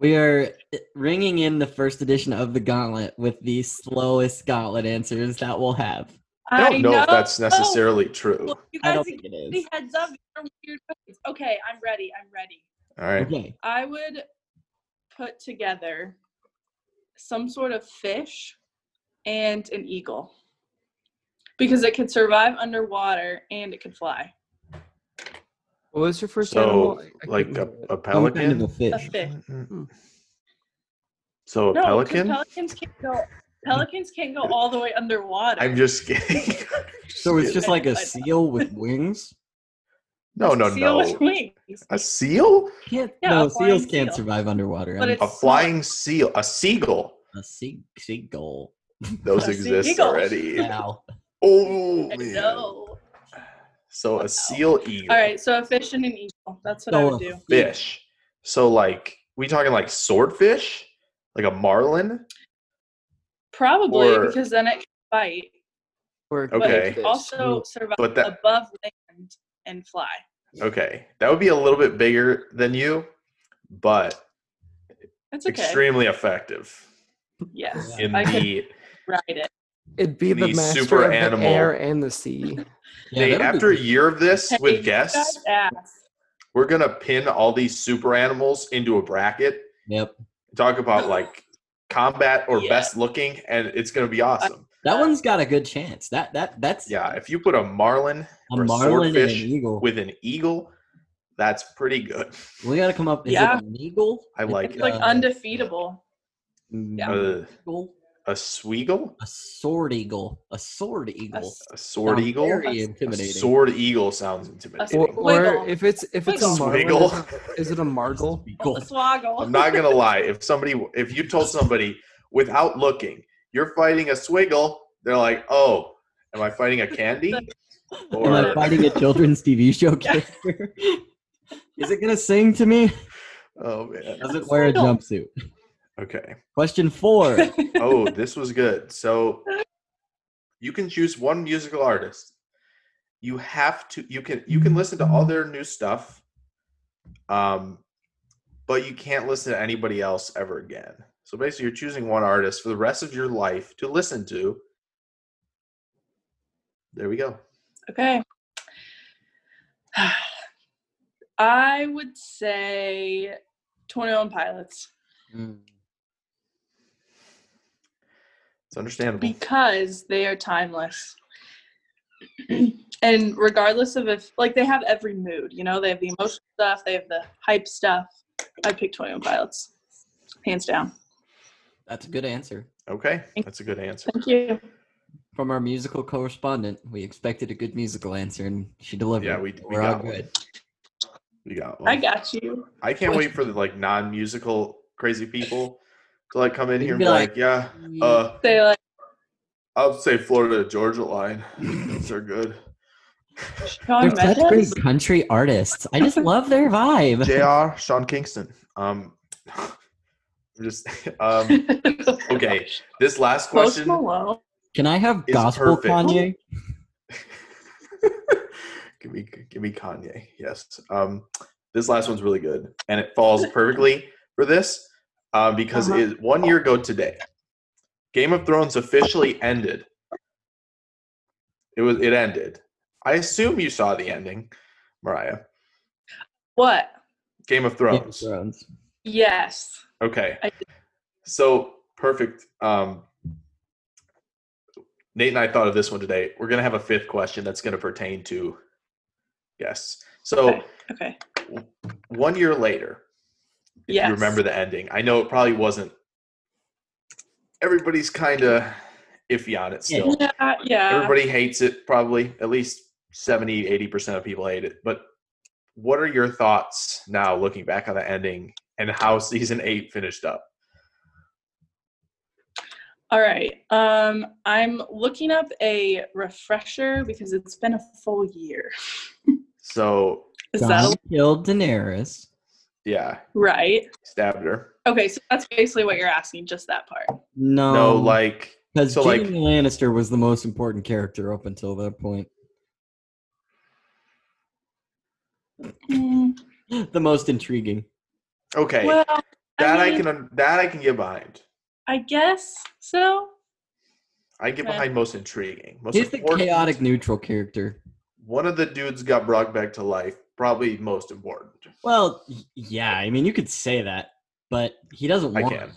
[SPEAKER 5] We are ringing in the first edition of the gauntlet with the slowest gauntlet answers that we'll have.
[SPEAKER 7] I don't know, if that's necessarily true.
[SPEAKER 8] Well, you
[SPEAKER 5] I
[SPEAKER 8] guys
[SPEAKER 5] don't
[SPEAKER 8] give
[SPEAKER 5] think it is.
[SPEAKER 8] me heads up. You're weird ways. Okay, I'm ready. I'm ready.
[SPEAKER 7] All right.
[SPEAKER 5] Okay.
[SPEAKER 8] I would put together some sort of fish and an eagle because it could survive underwater and it could fly.
[SPEAKER 6] What was your first animal? I-
[SPEAKER 7] So
[SPEAKER 6] I couldn't
[SPEAKER 7] like uh,
[SPEAKER 5] Some kind of
[SPEAKER 6] hear it.
[SPEAKER 7] a, a
[SPEAKER 5] a
[SPEAKER 7] pelican.
[SPEAKER 8] A
[SPEAKER 5] fish.
[SPEAKER 8] fish.
[SPEAKER 6] uh,
[SPEAKER 7] So a
[SPEAKER 8] Hmm. No, 'cause
[SPEAKER 7] pelican.
[SPEAKER 8] pelicans can't go. Pelicans can't go all the way underwater.
[SPEAKER 7] I'm just kidding.
[SPEAKER 5] So it's just like a
[SPEAKER 8] I-
[SPEAKER 5] seal with wings.
[SPEAKER 7] (laughs) no, no,
[SPEAKER 8] seal
[SPEAKER 7] no.
[SPEAKER 8] with wings.
[SPEAKER 7] A seal?
[SPEAKER 5] Can't
[SPEAKER 8] Yeah,
[SPEAKER 5] no
[SPEAKER 8] a flying
[SPEAKER 5] seals can't
[SPEAKER 8] seal.
[SPEAKER 5] survive underwater.
[SPEAKER 8] But
[SPEAKER 5] I'm-
[SPEAKER 8] it's
[SPEAKER 7] A flying seal. A seagull.
[SPEAKER 5] a sea seagull.
[SPEAKER 7] Those
[SPEAKER 8] A
[SPEAKER 7] exist
[SPEAKER 6] (laughs)
[SPEAKER 8] seagull.
[SPEAKER 7] already.
[SPEAKER 5] Wow.
[SPEAKER 7] Oh
[SPEAKER 8] I
[SPEAKER 7] man.
[SPEAKER 8] know.
[SPEAKER 7] So a seal eagle.
[SPEAKER 8] All right, so a fish and an eagle. That's what I
[SPEAKER 5] So
[SPEAKER 7] Oh,
[SPEAKER 8] would
[SPEAKER 5] a
[SPEAKER 8] do.
[SPEAKER 5] sea-
[SPEAKER 7] Fish. So like we talking like swordfish? Like a marlin?
[SPEAKER 8] Probably
[SPEAKER 7] Or-
[SPEAKER 8] because then it can bite,
[SPEAKER 6] Or
[SPEAKER 8] but it
[SPEAKER 7] Okay.
[SPEAKER 8] can also survive
[SPEAKER 7] But that-
[SPEAKER 8] above land and fly.
[SPEAKER 7] Okay. That would be a little bit bigger than you, but
[SPEAKER 8] That's okay.
[SPEAKER 7] extremely effective
[SPEAKER 8] Yes,
[SPEAKER 7] in
[SPEAKER 8] I could
[SPEAKER 7] the
[SPEAKER 8] ride it.
[SPEAKER 6] it'd be the
[SPEAKER 7] the
[SPEAKER 6] master
[SPEAKER 7] super
[SPEAKER 6] of
[SPEAKER 7] animal.
[SPEAKER 6] the air and the sea.
[SPEAKER 5] Yeah, that
[SPEAKER 7] Hey,
[SPEAKER 5] would be
[SPEAKER 7] after a year of this
[SPEAKER 8] Hey,
[SPEAKER 7] with
[SPEAKER 8] you
[SPEAKER 7] guests,
[SPEAKER 8] guys ass.
[SPEAKER 7] we're gonna pin all these super animals into a bracket.
[SPEAKER 5] Yep.
[SPEAKER 7] Talk
[SPEAKER 8] (laughs)
[SPEAKER 7] about like combat or
[SPEAKER 8] Yeah.
[SPEAKER 7] best looking, and it's gonna
[SPEAKER 8] Uh,
[SPEAKER 7] be awesome.
[SPEAKER 5] That one's got a good chance. That that that's
[SPEAKER 7] yeah, if you put a marlin
[SPEAKER 5] a
[SPEAKER 7] or a
[SPEAKER 5] marlin and an
[SPEAKER 7] swordfish
[SPEAKER 5] eagle.
[SPEAKER 7] with an eagle, that's pretty good.
[SPEAKER 5] we got to come up. Is
[SPEAKER 8] Yeah.
[SPEAKER 5] it an eagle?
[SPEAKER 7] I like
[SPEAKER 8] It's like
[SPEAKER 5] uh,
[SPEAKER 8] undefeatable. Yeah.
[SPEAKER 7] Uh,
[SPEAKER 5] Mm, eagle,
[SPEAKER 7] a sweagle,
[SPEAKER 5] a sword eagle, a sword eagle.
[SPEAKER 7] a sword
[SPEAKER 5] Sounds
[SPEAKER 7] eagle.
[SPEAKER 5] Very
[SPEAKER 7] A
[SPEAKER 5] intimidating.
[SPEAKER 7] sword eagle sounds intimidating.
[SPEAKER 6] Or,
[SPEAKER 8] Wiggle.
[SPEAKER 6] or if it's if it's a
[SPEAKER 8] Wiggle.
[SPEAKER 6] marlin,
[SPEAKER 7] Swiggle.
[SPEAKER 6] is it- is it a margle?
[SPEAKER 5] Eagle.
[SPEAKER 8] A swoggle.
[SPEAKER 7] I'm
[SPEAKER 8] (laughs)
[SPEAKER 7] not gonna lie. If somebody, if you told somebody without looking, you're fighting a swiggle, they're like, "Oh, am I fighting a candy?"
[SPEAKER 5] Am I
[SPEAKER 7] Or
[SPEAKER 5] fighting a children's TV
[SPEAKER 8] (laughs)
[SPEAKER 5] show character? Is it gonna sing to me?
[SPEAKER 7] oh man,
[SPEAKER 5] Does it wear a
[SPEAKER 8] No.
[SPEAKER 5] jumpsuit?
[SPEAKER 7] okay.
[SPEAKER 5] Question
[SPEAKER 8] (laughs)
[SPEAKER 5] four.
[SPEAKER 7] Oh, this was good. So you can choose one musical artist. You have to. You can. You can listen to all their new stuff. Um, but you can't listen to anybody else ever again. So basically, you're choosing one artist for the rest of your life to listen to. There we go.
[SPEAKER 8] Okay. (sighs) I would say 21 Pilots
[SPEAKER 5] Mm.
[SPEAKER 7] It's understandable.
[SPEAKER 8] because they are timeless. and regardless of if, like, they have every mood, you know, they have the emotional stuff, they have the hype stuff. I pick 21 Pilots, hands down.
[SPEAKER 5] That's a good answer.
[SPEAKER 7] Okay, that's a good answer.
[SPEAKER 8] Thank you.
[SPEAKER 5] From our musical correspondent, we expected a good musical answer, and she delivered.
[SPEAKER 7] Yeah, we- we
[SPEAKER 5] We're all
[SPEAKER 7] got one.
[SPEAKER 5] good.
[SPEAKER 7] You got
[SPEAKER 8] I
[SPEAKER 7] one.
[SPEAKER 8] got you.
[SPEAKER 7] I can't wait for the like non-musical crazy people to like come in
[SPEAKER 5] You'd
[SPEAKER 7] here and
[SPEAKER 5] be
[SPEAKER 7] be
[SPEAKER 5] like,
[SPEAKER 7] like, "Yeah, uh,
[SPEAKER 8] They like,
[SPEAKER 7] I'll say Florida to Georgia line. They're good."
[SPEAKER 8] Sean
[SPEAKER 5] They're such
[SPEAKER 8] Mendes?
[SPEAKER 5] great country artists. I just love their vibe.
[SPEAKER 7] (laughs) Jr. Sean Kingston. Um, (laughs) I'm just um.
[SPEAKER 8] (laughs)
[SPEAKER 7] Okay, this last
[SPEAKER 8] Post
[SPEAKER 7] question.
[SPEAKER 8] Malone.
[SPEAKER 5] Can I have
[SPEAKER 7] It's
[SPEAKER 5] gospel
[SPEAKER 7] perfect.
[SPEAKER 5] Kanye?
[SPEAKER 7] (laughs) give me, give me Kanye. Yes. Um, this last one's really good, and it falls perfectly for this uh, because
[SPEAKER 8] Uh-huh.
[SPEAKER 7] it one year ago today, Game of Thrones officially ended. It was. It ended. I assume you saw the ending, Mariah.
[SPEAKER 8] What?
[SPEAKER 7] Game
[SPEAKER 5] Game
[SPEAKER 7] of
[SPEAKER 5] of
[SPEAKER 7] Thrones.
[SPEAKER 5] Thrones.
[SPEAKER 8] Yes.
[SPEAKER 7] Okay.
[SPEAKER 8] I-
[SPEAKER 7] So perfect. Um, Nate and I thought of this one today. We're gonna have a fifth question that's gonna pertain to guests. So
[SPEAKER 8] Okay.
[SPEAKER 7] one year later, if
[SPEAKER 8] Yes.
[SPEAKER 7] you remember the ending, I know it probably wasn't. Everybody's kind of iffy on it still.
[SPEAKER 8] Yeah, yeah.
[SPEAKER 7] Everybody hates it, probably. At least 70, 80% of people hate it. But what are your thoughts now looking back on the ending and how season eight finished up?
[SPEAKER 8] All right. Um, I'm looking up a refresher because it's been a full year.
[SPEAKER 7] So,
[SPEAKER 8] Is
[SPEAKER 5] Jon
[SPEAKER 8] that
[SPEAKER 5] killed Daenerys.
[SPEAKER 7] yeah,
[SPEAKER 8] right?
[SPEAKER 7] stabbed her.
[SPEAKER 8] Okay, so that's basically what you're asking, just that part.
[SPEAKER 5] No,
[SPEAKER 7] no, like,
[SPEAKER 5] because
[SPEAKER 7] so, like-
[SPEAKER 5] Jaime Lannister was the most important character up until that point. (gasps)
[SPEAKER 8] Mm,
[SPEAKER 5] The most intriguing.
[SPEAKER 7] okay,
[SPEAKER 8] well,
[SPEAKER 7] that I,
[SPEAKER 8] mean,
[SPEAKER 7] can un- that I can get behind.
[SPEAKER 8] I guess so.
[SPEAKER 7] I get
[SPEAKER 8] Okay.
[SPEAKER 7] behind most intriguing. Most
[SPEAKER 5] He's the
[SPEAKER 7] important.
[SPEAKER 5] chaotic neutral character.
[SPEAKER 7] One of the dudes got brought back to life. Probably most important.
[SPEAKER 5] Well, y- yeah, I mean you could say that, but he doesn't
[SPEAKER 7] I
[SPEAKER 5] want.
[SPEAKER 7] can.
[SPEAKER 5] it.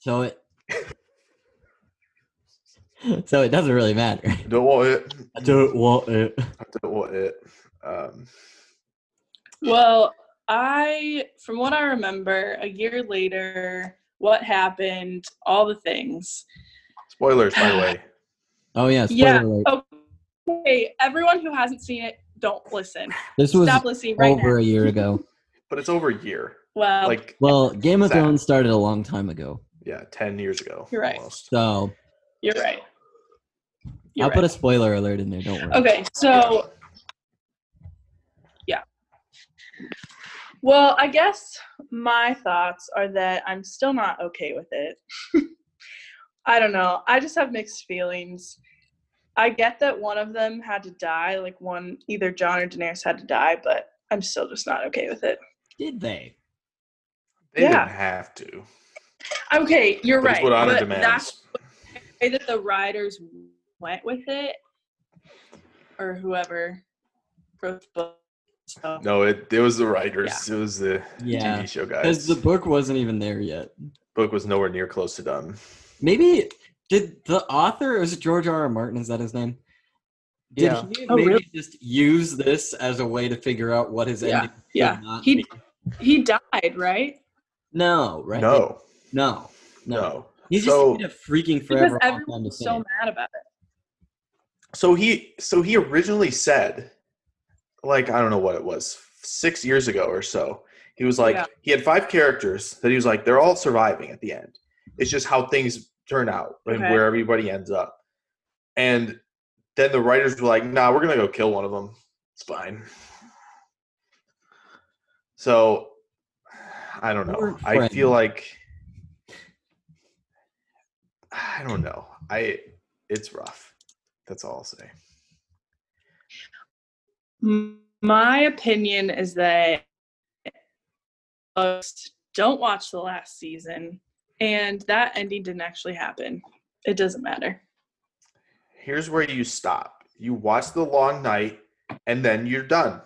[SPEAKER 5] So it. (laughs) so it doesn't really matter.
[SPEAKER 7] Don't want it.
[SPEAKER 5] I don't want it.
[SPEAKER 7] Don't want it. Um,
[SPEAKER 8] Well, I, from what I remember, a year later, what happened, all the things.
[SPEAKER 7] spoilers, by the way.
[SPEAKER 5] Oh yeah, spoiler
[SPEAKER 8] Yeah.
[SPEAKER 5] alert.
[SPEAKER 8] Okay, everyone who hasn't seen it, don't listen.
[SPEAKER 5] This was
[SPEAKER 8] Oh, Stop listening right
[SPEAKER 5] over
[SPEAKER 8] now.
[SPEAKER 5] a year ago.
[SPEAKER 8] (laughs)
[SPEAKER 7] But it's over a year.
[SPEAKER 8] Well,
[SPEAKER 7] Like,
[SPEAKER 5] Well, Game of
[SPEAKER 7] Sad.
[SPEAKER 5] Thrones started a long time ago,
[SPEAKER 7] yeah, 10 years ago.
[SPEAKER 8] You're right.
[SPEAKER 7] Almost.
[SPEAKER 5] so
[SPEAKER 8] you're right. You're
[SPEAKER 5] I'll
[SPEAKER 8] right.
[SPEAKER 5] put a spoiler alert in there. Don't worry.
[SPEAKER 8] Okay, so yeah. Well, I guess my thoughts are that I'm still not okay with it. (laughs) I don't know. I just have mixed feelings. I get that one of them had to die, like one either John or Daenerys had to die, but I'm still just not okay with it.
[SPEAKER 5] Did they?
[SPEAKER 7] They
[SPEAKER 8] Yeah.
[SPEAKER 7] didn't have to.
[SPEAKER 8] Okay, you're
[SPEAKER 7] That's
[SPEAKER 8] right.
[SPEAKER 7] what honor
[SPEAKER 8] but
[SPEAKER 7] demands.
[SPEAKER 8] That's the way that the writers went with it, or whoever wrote the book. So,
[SPEAKER 7] No, it it was the writers. It was the
[SPEAKER 5] Yeah.
[SPEAKER 7] TV show
[SPEAKER 5] Because
[SPEAKER 7] guys.
[SPEAKER 5] the
[SPEAKER 7] The
[SPEAKER 5] book wasn't even there yet.
[SPEAKER 7] book was nowhere near close to done.
[SPEAKER 5] Maybe did the author or is it George R. R. Martin? Is that his name? Did
[SPEAKER 6] Yeah.
[SPEAKER 5] he
[SPEAKER 8] Oh,
[SPEAKER 5] maybe
[SPEAKER 8] really?
[SPEAKER 5] just use this as a way to figure out what his
[SPEAKER 8] Yeah,
[SPEAKER 5] ending should
[SPEAKER 8] yeah.
[SPEAKER 5] not
[SPEAKER 8] He-
[SPEAKER 5] be?
[SPEAKER 8] he died, right?
[SPEAKER 5] No, right?
[SPEAKER 7] No,
[SPEAKER 5] No. No.
[SPEAKER 7] no.
[SPEAKER 5] He's just
[SPEAKER 7] So-
[SPEAKER 5] been a freaking
[SPEAKER 8] Because
[SPEAKER 5] forever long time
[SPEAKER 8] everyone
[SPEAKER 5] to
[SPEAKER 8] was so
[SPEAKER 5] so
[SPEAKER 8] mad about it.
[SPEAKER 7] So he so he originally said, like I don't know what it was, six years ago or so. He was like
[SPEAKER 8] Yeah.
[SPEAKER 7] he had five characters that he was like they're all surviving at the end. It's just how things turn out and
[SPEAKER 8] Okay.
[SPEAKER 7] where everybody ends up. And then the writers were like, "Nah, we're gonna go kill one of them. It's fine." So I don't know.
[SPEAKER 5] Poor
[SPEAKER 7] I
[SPEAKER 5] friend.
[SPEAKER 7] feel like I don't know. I it's rough. That's all I'll say.
[SPEAKER 8] M- My opinion is that folks don't watch the last season, and that ending didn't actually happen. It doesn't matter.
[SPEAKER 7] Here's where you stop. You watch the long night, and then you're done.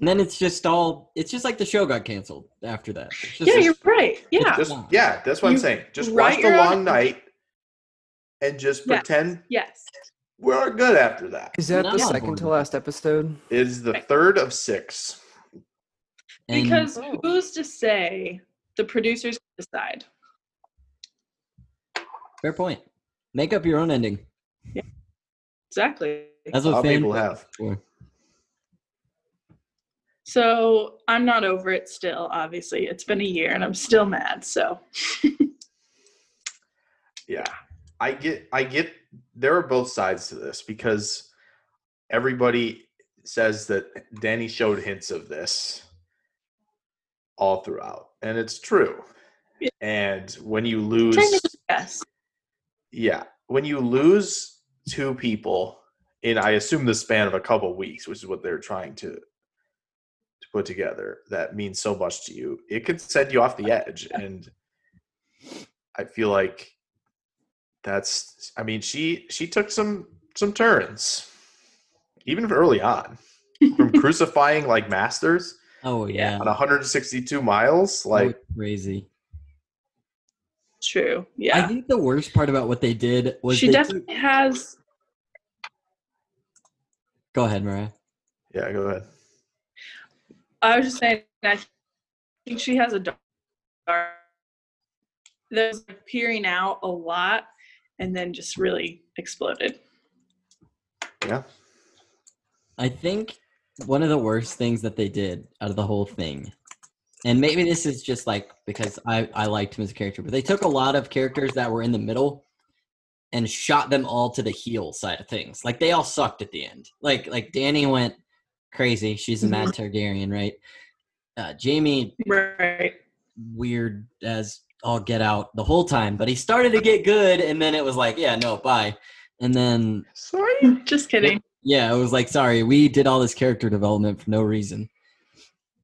[SPEAKER 5] And then it's just all it's just like the show got canceled after that. It's just
[SPEAKER 8] yeah,
[SPEAKER 5] this-
[SPEAKER 8] you're right. Yeah.
[SPEAKER 7] Just
[SPEAKER 5] Wow.
[SPEAKER 7] yeah, that's what I'm
[SPEAKER 8] You
[SPEAKER 7] saying. Just
[SPEAKER 8] write
[SPEAKER 7] watch the
[SPEAKER 8] your own-
[SPEAKER 7] long night, and just
[SPEAKER 8] Yeah.
[SPEAKER 7] pretend
[SPEAKER 8] yes.
[SPEAKER 7] we're good after that.
[SPEAKER 6] Is
[SPEAKER 5] No,
[SPEAKER 6] that the
[SPEAKER 5] I'm on
[SPEAKER 6] second
[SPEAKER 5] board
[SPEAKER 6] to
[SPEAKER 5] with
[SPEAKER 6] last episode?
[SPEAKER 7] It is the third of six.
[SPEAKER 5] and- Oh.
[SPEAKER 8] because who's to say the producers decide?
[SPEAKER 5] fair point. Make up your own ending.
[SPEAKER 8] Exactly.
[SPEAKER 5] That's
[SPEAKER 7] All
[SPEAKER 5] what fan
[SPEAKER 7] people have.
[SPEAKER 5] for.
[SPEAKER 8] So I'm not over it still, obviously. It's been a year and I'm still mad. So
[SPEAKER 7] Yeah. I get I get there are both sides to this because everybody says that Danny showed hints of this all throughout. And it's true.
[SPEAKER 8] Yeah.
[SPEAKER 7] And when you lose
[SPEAKER 8] Technically, yes.
[SPEAKER 7] yeah, when you lose two people in I assume the span of a couple weeks, which is what they're trying to to put together, that means so much to you. It could send you off the edge and I feel like that's I mean she she took some some turns even early on from crucifying like masters
[SPEAKER 5] Oh yeah.
[SPEAKER 8] Yeah.
[SPEAKER 7] on 162 miles
[SPEAKER 5] That
[SPEAKER 7] like
[SPEAKER 5] was crazy.
[SPEAKER 8] True. Yeah.
[SPEAKER 5] I think the worst part about what they did was
[SPEAKER 8] she
[SPEAKER 5] they
[SPEAKER 8] definitely has
[SPEAKER 5] go ahead, Mariah.
[SPEAKER 7] yeah go ahead
[SPEAKER 8] i was just saying i think she has a dark there's like peering out a lot and then just really exploded
[SPEAKER 5] I think one of the worst things that they did out of the whole thing, and maybe this is just like because I, I liked him as a character, but they took a lot of characters that were in the middle and shot them all to the heel side of things. Like they all sucked at the end. Like like Danny went crazy. She's a mad Targaryen, right? Uh, Jamie
[SPEAKER 8] right
[SPEAKER 5] weird as all get out the whole time, but he started to get good, and then it was like, yeah, no, bye. And then
[SPEAKER 7] sorry
[SPEAKER 8] just kidding
[SPEAKER 5] yeah, it was like, sorry, we did all this character development for no reason.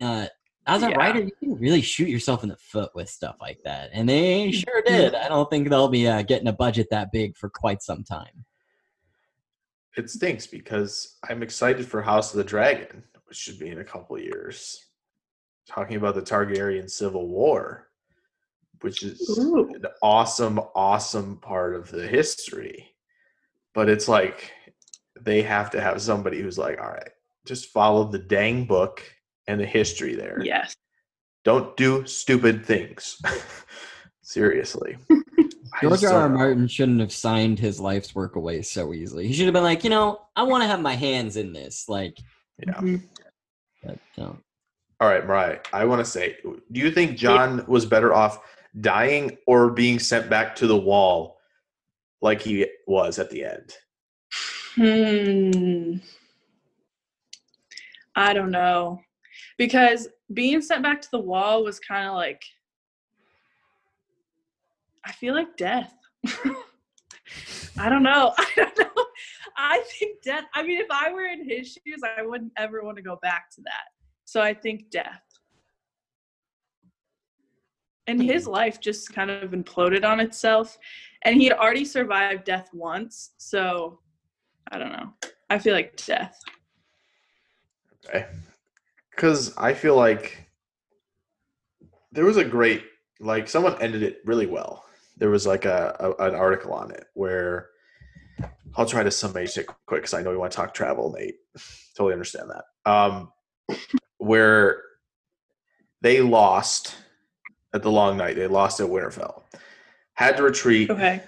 [SPEAKER 5] Uh, as a
[SPEAKER 8] Yeah.
[SPEAKER 5] writer, you can really shoot yourself in the foot with stuff like that, and
[SPEAKER 8] Mm,
[SPEAKER 5] they sure did. I don't think they'll be uh, getting a budget that big for quite some time.
[SPEAKER 7] it stinks because i'm excited for house of the dragon which should be in a couple of years talking about the targaryen civil war which is
[SPEAKER 8] Ooh.
[SPEAKER 7] an awesome awesome part of the history but it's like they have to have somebody who's like all right just follow the dang book and the history there
[SPEAKER 8] yes
[SPEAKER 7] don't do stupid things (laughs) seriously I just
[SPEAKER 5] George R.
[SPEAKER 7] don't
[SPEAKER 5] R.
[SPEAKER 7] know.
[SPEAKER 5] Martin shouldn't have signed his life's work away so easily. He should have been like, you know, I want to have my hands in this. Like,
[SPEAKER 7] yeah
[SPEAKER 5] but, no.
[SPEAKER 7] all right mariah i want to say do you think john was better off dying or being sent back to the wall like he was at the end
[SPEAKER 8] hmm i don't know because being sent back to the wall was kind of like I feel like death. (laughs) I don't know. (laughs) I don't know. I think death. I mean, if I were in his shoes, I wouldn't ever want to go back to that. So I think death. And his life just kind of imploded on itself. And he had already survived death once. So I don't know. I feel like death.
[SPEAKER 7] because I feel like there was a great like someone ended it really well. There was like a, a an article on it where I'll try to summate it quick because I know you want to talk travel, Nate. totally understand that. Um, (laughs) where they lost at the long night. They lost at Winterfell. Had to retreat
[SPEAKER 8] Okay.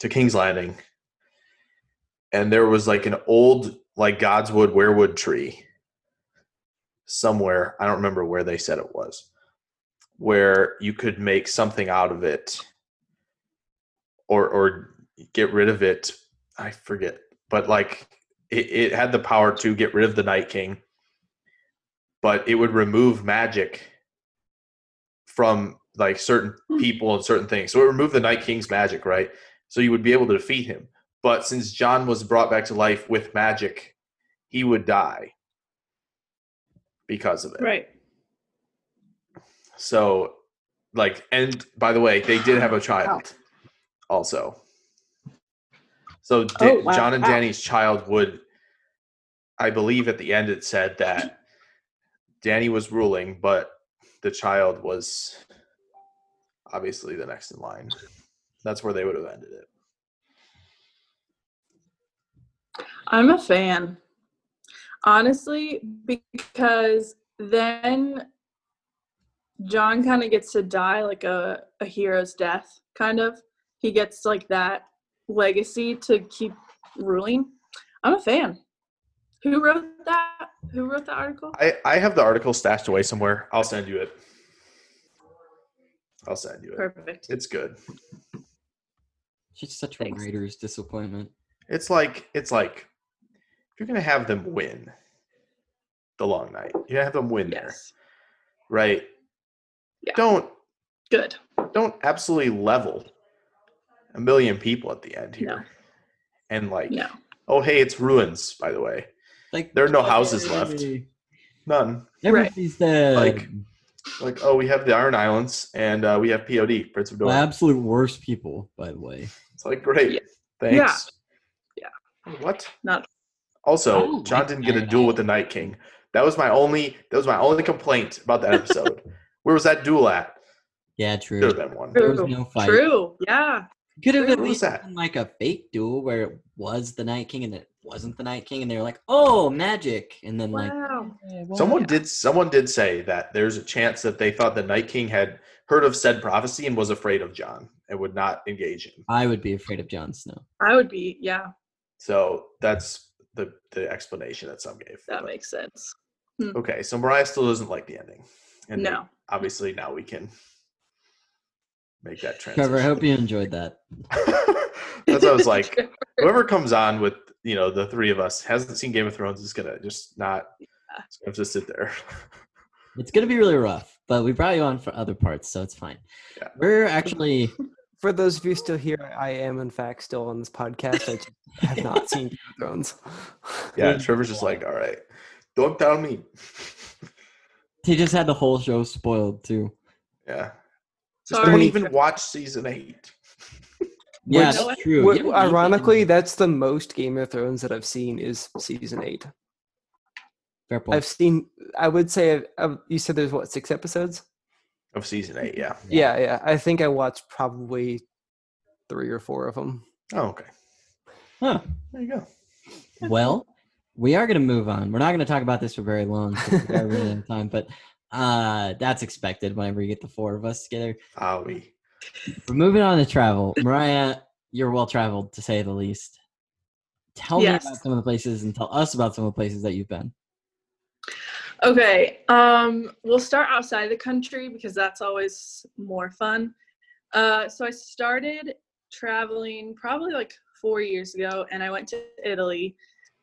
[SPEAKER 7] to King's Landing, and there was like an old like Godswood weirwood tree somewhere. I don't remember where they said it was, where you could make something out of it, or or get rid of it. I forget, but like it, it had the power to get rid of the Night King, but it would remove magic from like certain people and certain things. So it removed the Night King's magic, right? So you would be able to defeat him. But since John was brought back to life with magic, he would die because of it.
[SPEAKER 8] Right.
[SPEAKER 7] So, like, and by the way, they did have a child also. So, Da-
[SPEAKER 8] Oh, wow.
[SPEAKER 7] John and
[SPEAKER 8] Wow.
[SPEAKER 7] Danny's child would, I believe at the end it said that Danny was ruling, but the child was obviously the next in line. That's where they would have ended it.
[SPEAKER 8] I'm a fan. Honestly, because then John kind of gets to die like a, a hero's death, kind of. He gets like that legacy to keep ruling. I'm a fan. Who wrote that? Who wrote the article?
[SPEAKER 7] I, I have the article stashed away somewhere. I'll send you it. I'll send you it.
[SPEAKER 8] Perfect.
[SPEAKER 7] It's good.
[SPEAKER 5] She's such a
[SPEAKER 8] Thanks.
[SPEAKER 5] writer's disappointment.
[SPEAKER 7] It's like it's like if you're gonna have them win the long night, you have them win there,
[SPEAKER 8] Yes.
[SPEAKER 7] right?
[SPEAKER 8] Yeah.
[SPEAKER 7] Don't
[SPEAKER 8] Good.
[SPEAKER 7] don't absolutely level a million people at the end here,
[SPEAKER 8] No.
[SPEAKER 7] and like,
[SPEAKER 8] No.
[SPEAKER 7] oh hey, it's ruins. By the way,
[SPEAKER 5] Like
[SPEAKER 7] there are no houses left, none.
[SPEAKER 5] Everybody's dead.
[SPEAKER 7] Like- Like oh, we have the Iron Islands, and uh, we have POD Prince of
[SPEAKER 5] the
[SPEAKER 7] Dorne.
[SPEAKER 5] absolute worst people, by the way.
[SPEAKER 7] It's like great,
[SPEAKER 8] Yeah.
[SPEAKER 7] thanks.
[SPEAKER 8] Yeah. Oh,
[SPEAKER 7] What?
[SPEAKER 8] Not-
[SPEAKER 5] I
[SPEAKER 7] Also,
[SPEAKER 5] don't
[SPEAKER 7] John
[SPEAKER 5] like
[SPEAKER 7] didn't get a
[SPEAKER 5] Iron
[SPEAKER 7] duel with the Night King. That was my only. That was my only complaint about that
[SPEAKER 8] (laughs)
[SPEAKER 7] episode. Where was that duel at?
[SPEAKER 5] Yeah,
[SPEAKER 7] There
[SPEAKER 5] true.
[SPEAKER 7] have been one.
[SPEAKER 5] There was
[SPEAKER 8] True.
[SPEAKER 5] no fight.
[SPEAKER 8] True. Yeah.
[SPEAKER 5] Could have at
[SPEAKER 7] Where was
[SPEAKER 5] least
[SPEAKER 7] that?
[SPEAKER 5] been like a fake duel where it was the Night King and it wasn't the Night King, and they were like, "Oh, magic!" And then like,
[SPEAKER 8] Wow.
[SPEAKER 7] Someone did. Someone did say that there's a chance that they thought the Night King had heard of said prophecy and was afraid of John and would not engage him.
[SPEAKER 5] I would be afraid of Jon Snow.
[SPEAKER 8] I would be, yeah,
[SPEAKER 7] So that's the the explanation that some gave.
[SPEAKER 8] that makes sense.
[SPEAKER 7] okay, so Mariah still doesn't like the ending. And
[SPEAKER 8] No.
[SPEAKER 7] obviously now we can
[SPEAKER 5] (laughs)
[SPEAKER 7] make that transition.
[SPEAKER 5] Trevor, I hope you enjoyed that.
[SPEAKER 7] (laughs) That's what I was
[SPEAKER 8] (laughs)
[SPEAKER 7] like. Whoever comes on with you know the three of us hasn't seen Game of Thrones is gonna just not. It's gonna have to sit there.
[SPEAKER 5] It's gonna be really rough, but we brought you on for other parts, so it's fine.
[SPEAKER 7] Yeah.
[SPEAKER 5] We're actually
[SPEAKER 6] For those of you still here, I am in fact still on this podcast. I just have not seen Game of Thrones.
[SPEAKER 7] Yeah, Trevor's just like, all right, don't tell me. (laughs)
[SPEAKER 5] he just had the whole show spoiled too.
[SPEAKER 7] Yeah, just don't
[SPEAKER 8] Sorry.
[SPEAKER 7] even watch season eight.
[SPEAKER 5] Yeah,
[SPEAKER 6] Which-
[SPEAKER 5] that's true.
[SPEAKER 6] Wh-
[SPEAKER 5] You don't need to-
[SPEAKER 6] ironically, that's the most Game of Thrones that I've seen is season eight.
[SPEAKER 5] fair point.
[SPEAKER 6] I've seen. I would say I've, i you said there's what six episodes?
[SPEAKER 7] Of season eight, yeah.
[SPEAKER 5] Yeah.
[SPEAKER 6] Yeah. yeah, I think I watched probably three or four of them.
[SPEAKER 7] Oh, okay.
[SPEAKER 5] Huh.
[SPEAKER 7] There you go.
[SPEAKER 5] well, we are going to move on. We're not going to talk about this for very long. 'cause we are running out of time, but uh, that's expected whenever you get the four of us together.
[SPEAKER 7] Owie.
[SPEAKER 5] We're moving on to travel. Mariah, you're well traveled to say the least. Tell
[SPEAKER 8] Yes.
[SPEAKER 5] me about some of the places and tell us about some of the places that you've been.
[SPEAKER 8] Okay, um, we'll start outside the country because that's always more fun. Uh, so I started traveling probably like four years ago, and I went to Italy.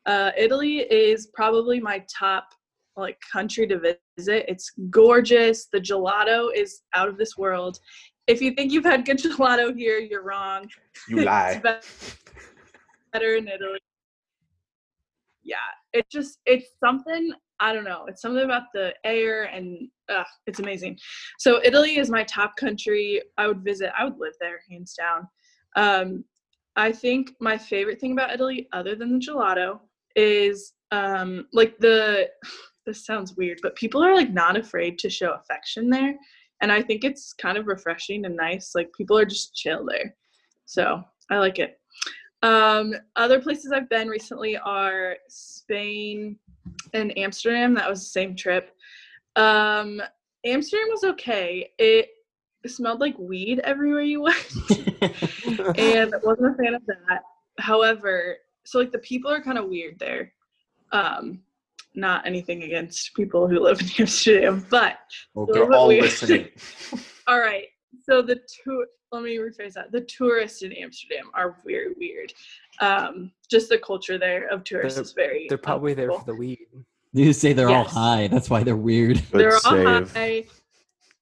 [SPEAKER 8] Uh, Italy is probably my top like country to visit. It's gorgeous. The gelato is out of this world. If you think you've had good (laughs) gelato here, you're wrong. (laughs)
[SPEAKER 7] You lie.
[SPEAKER 8] it's bet-
[SPEAKER 7] (laughs)
[SPEAKER 8] better in Italy. Yeah, it just it's something I don't know. It's something about the air and uh, it's amazing. So Italy is my top country. I would visit. I would live there hands down. Um, I think my favorite thing about Italy, other than the gelato, is um, like the. (sighs) This sounds weird, but people are like not afraid to show affection there, and I think it's kind of refreshing and nice. Like people are just chill there, so I like it. Um, other places I've been recently are Spain and Amsterdam. That was the same trip. Um, Amsterdam was okay. It smelled like weed everywhere you went. and wasn't a fan of that. However, so like the people are kind of weird there. Um, not anything against people who live in (laughs) Amsterdam, but
[SPEAKER 5] Okay.
[SPEAKER 7] They're all
[SPEAKER 8] Weird. (laughs)
[SPEAKER 7] listening.
[SPEAKER 8] all right. So the tour. Let me rephrase that. The tourists in Amsterdam are very weird. Um, just the culture there of tourists
[SPEAKER 6] They're-
[SPEAKER 8] is very.
[SPEAKER 6] They're probably there for
[SPEAKER 8] uncomfortable.
[SPEAKER 6] the weed.
[SPEAKER 5] You say they're all
[SPEAKER 8] Yes.
[SPEAKER 5] high. That's why they're
[SPEAKER 8] (laughs)
[SPEAKER 5] weird.
[SPEAKER 7] Good
[SPEAKER 8] they're all
[SPEAKER 7] save.
[SPEAKER 8] high.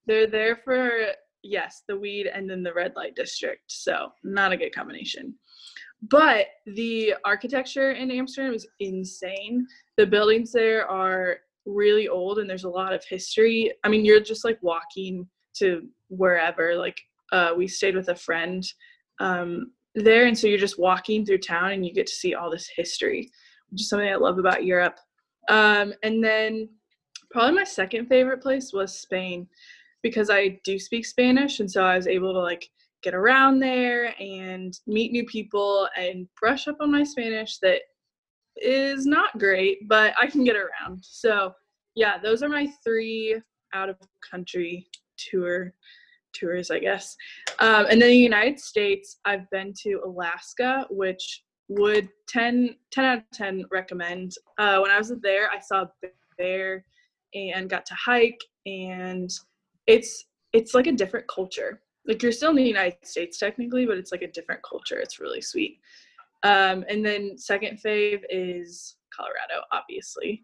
[SPEAKER 8] They're there for yes, the weed and then the red light district. So not a good combination. But the architecture in Amsterdam is insane. The buildings there are really old and there's a lot of history. I mean, you're just like walking to wherever. Like uh, we stayed with a friend um, there, and so you're just walking through town and you get to see all this history, which is something I love about Europe. Um, and then probably my second favorite place was Spain because I do speak Spanish and so I was able to like get around there and meet new people and brush up on my Spanish that is not great, but I can get around. So yeah, those are my three out of country tour tours, I guess. Um, and then the United States, I've been to Alaska, which would 10, 10 out of 10 recommend. Uh, when I was there, I saw a bear and got to hike and it's it's like a different culture like you're still in the united states technically but it's like a different culture it's really sweet um, and then second fave is colorado obviously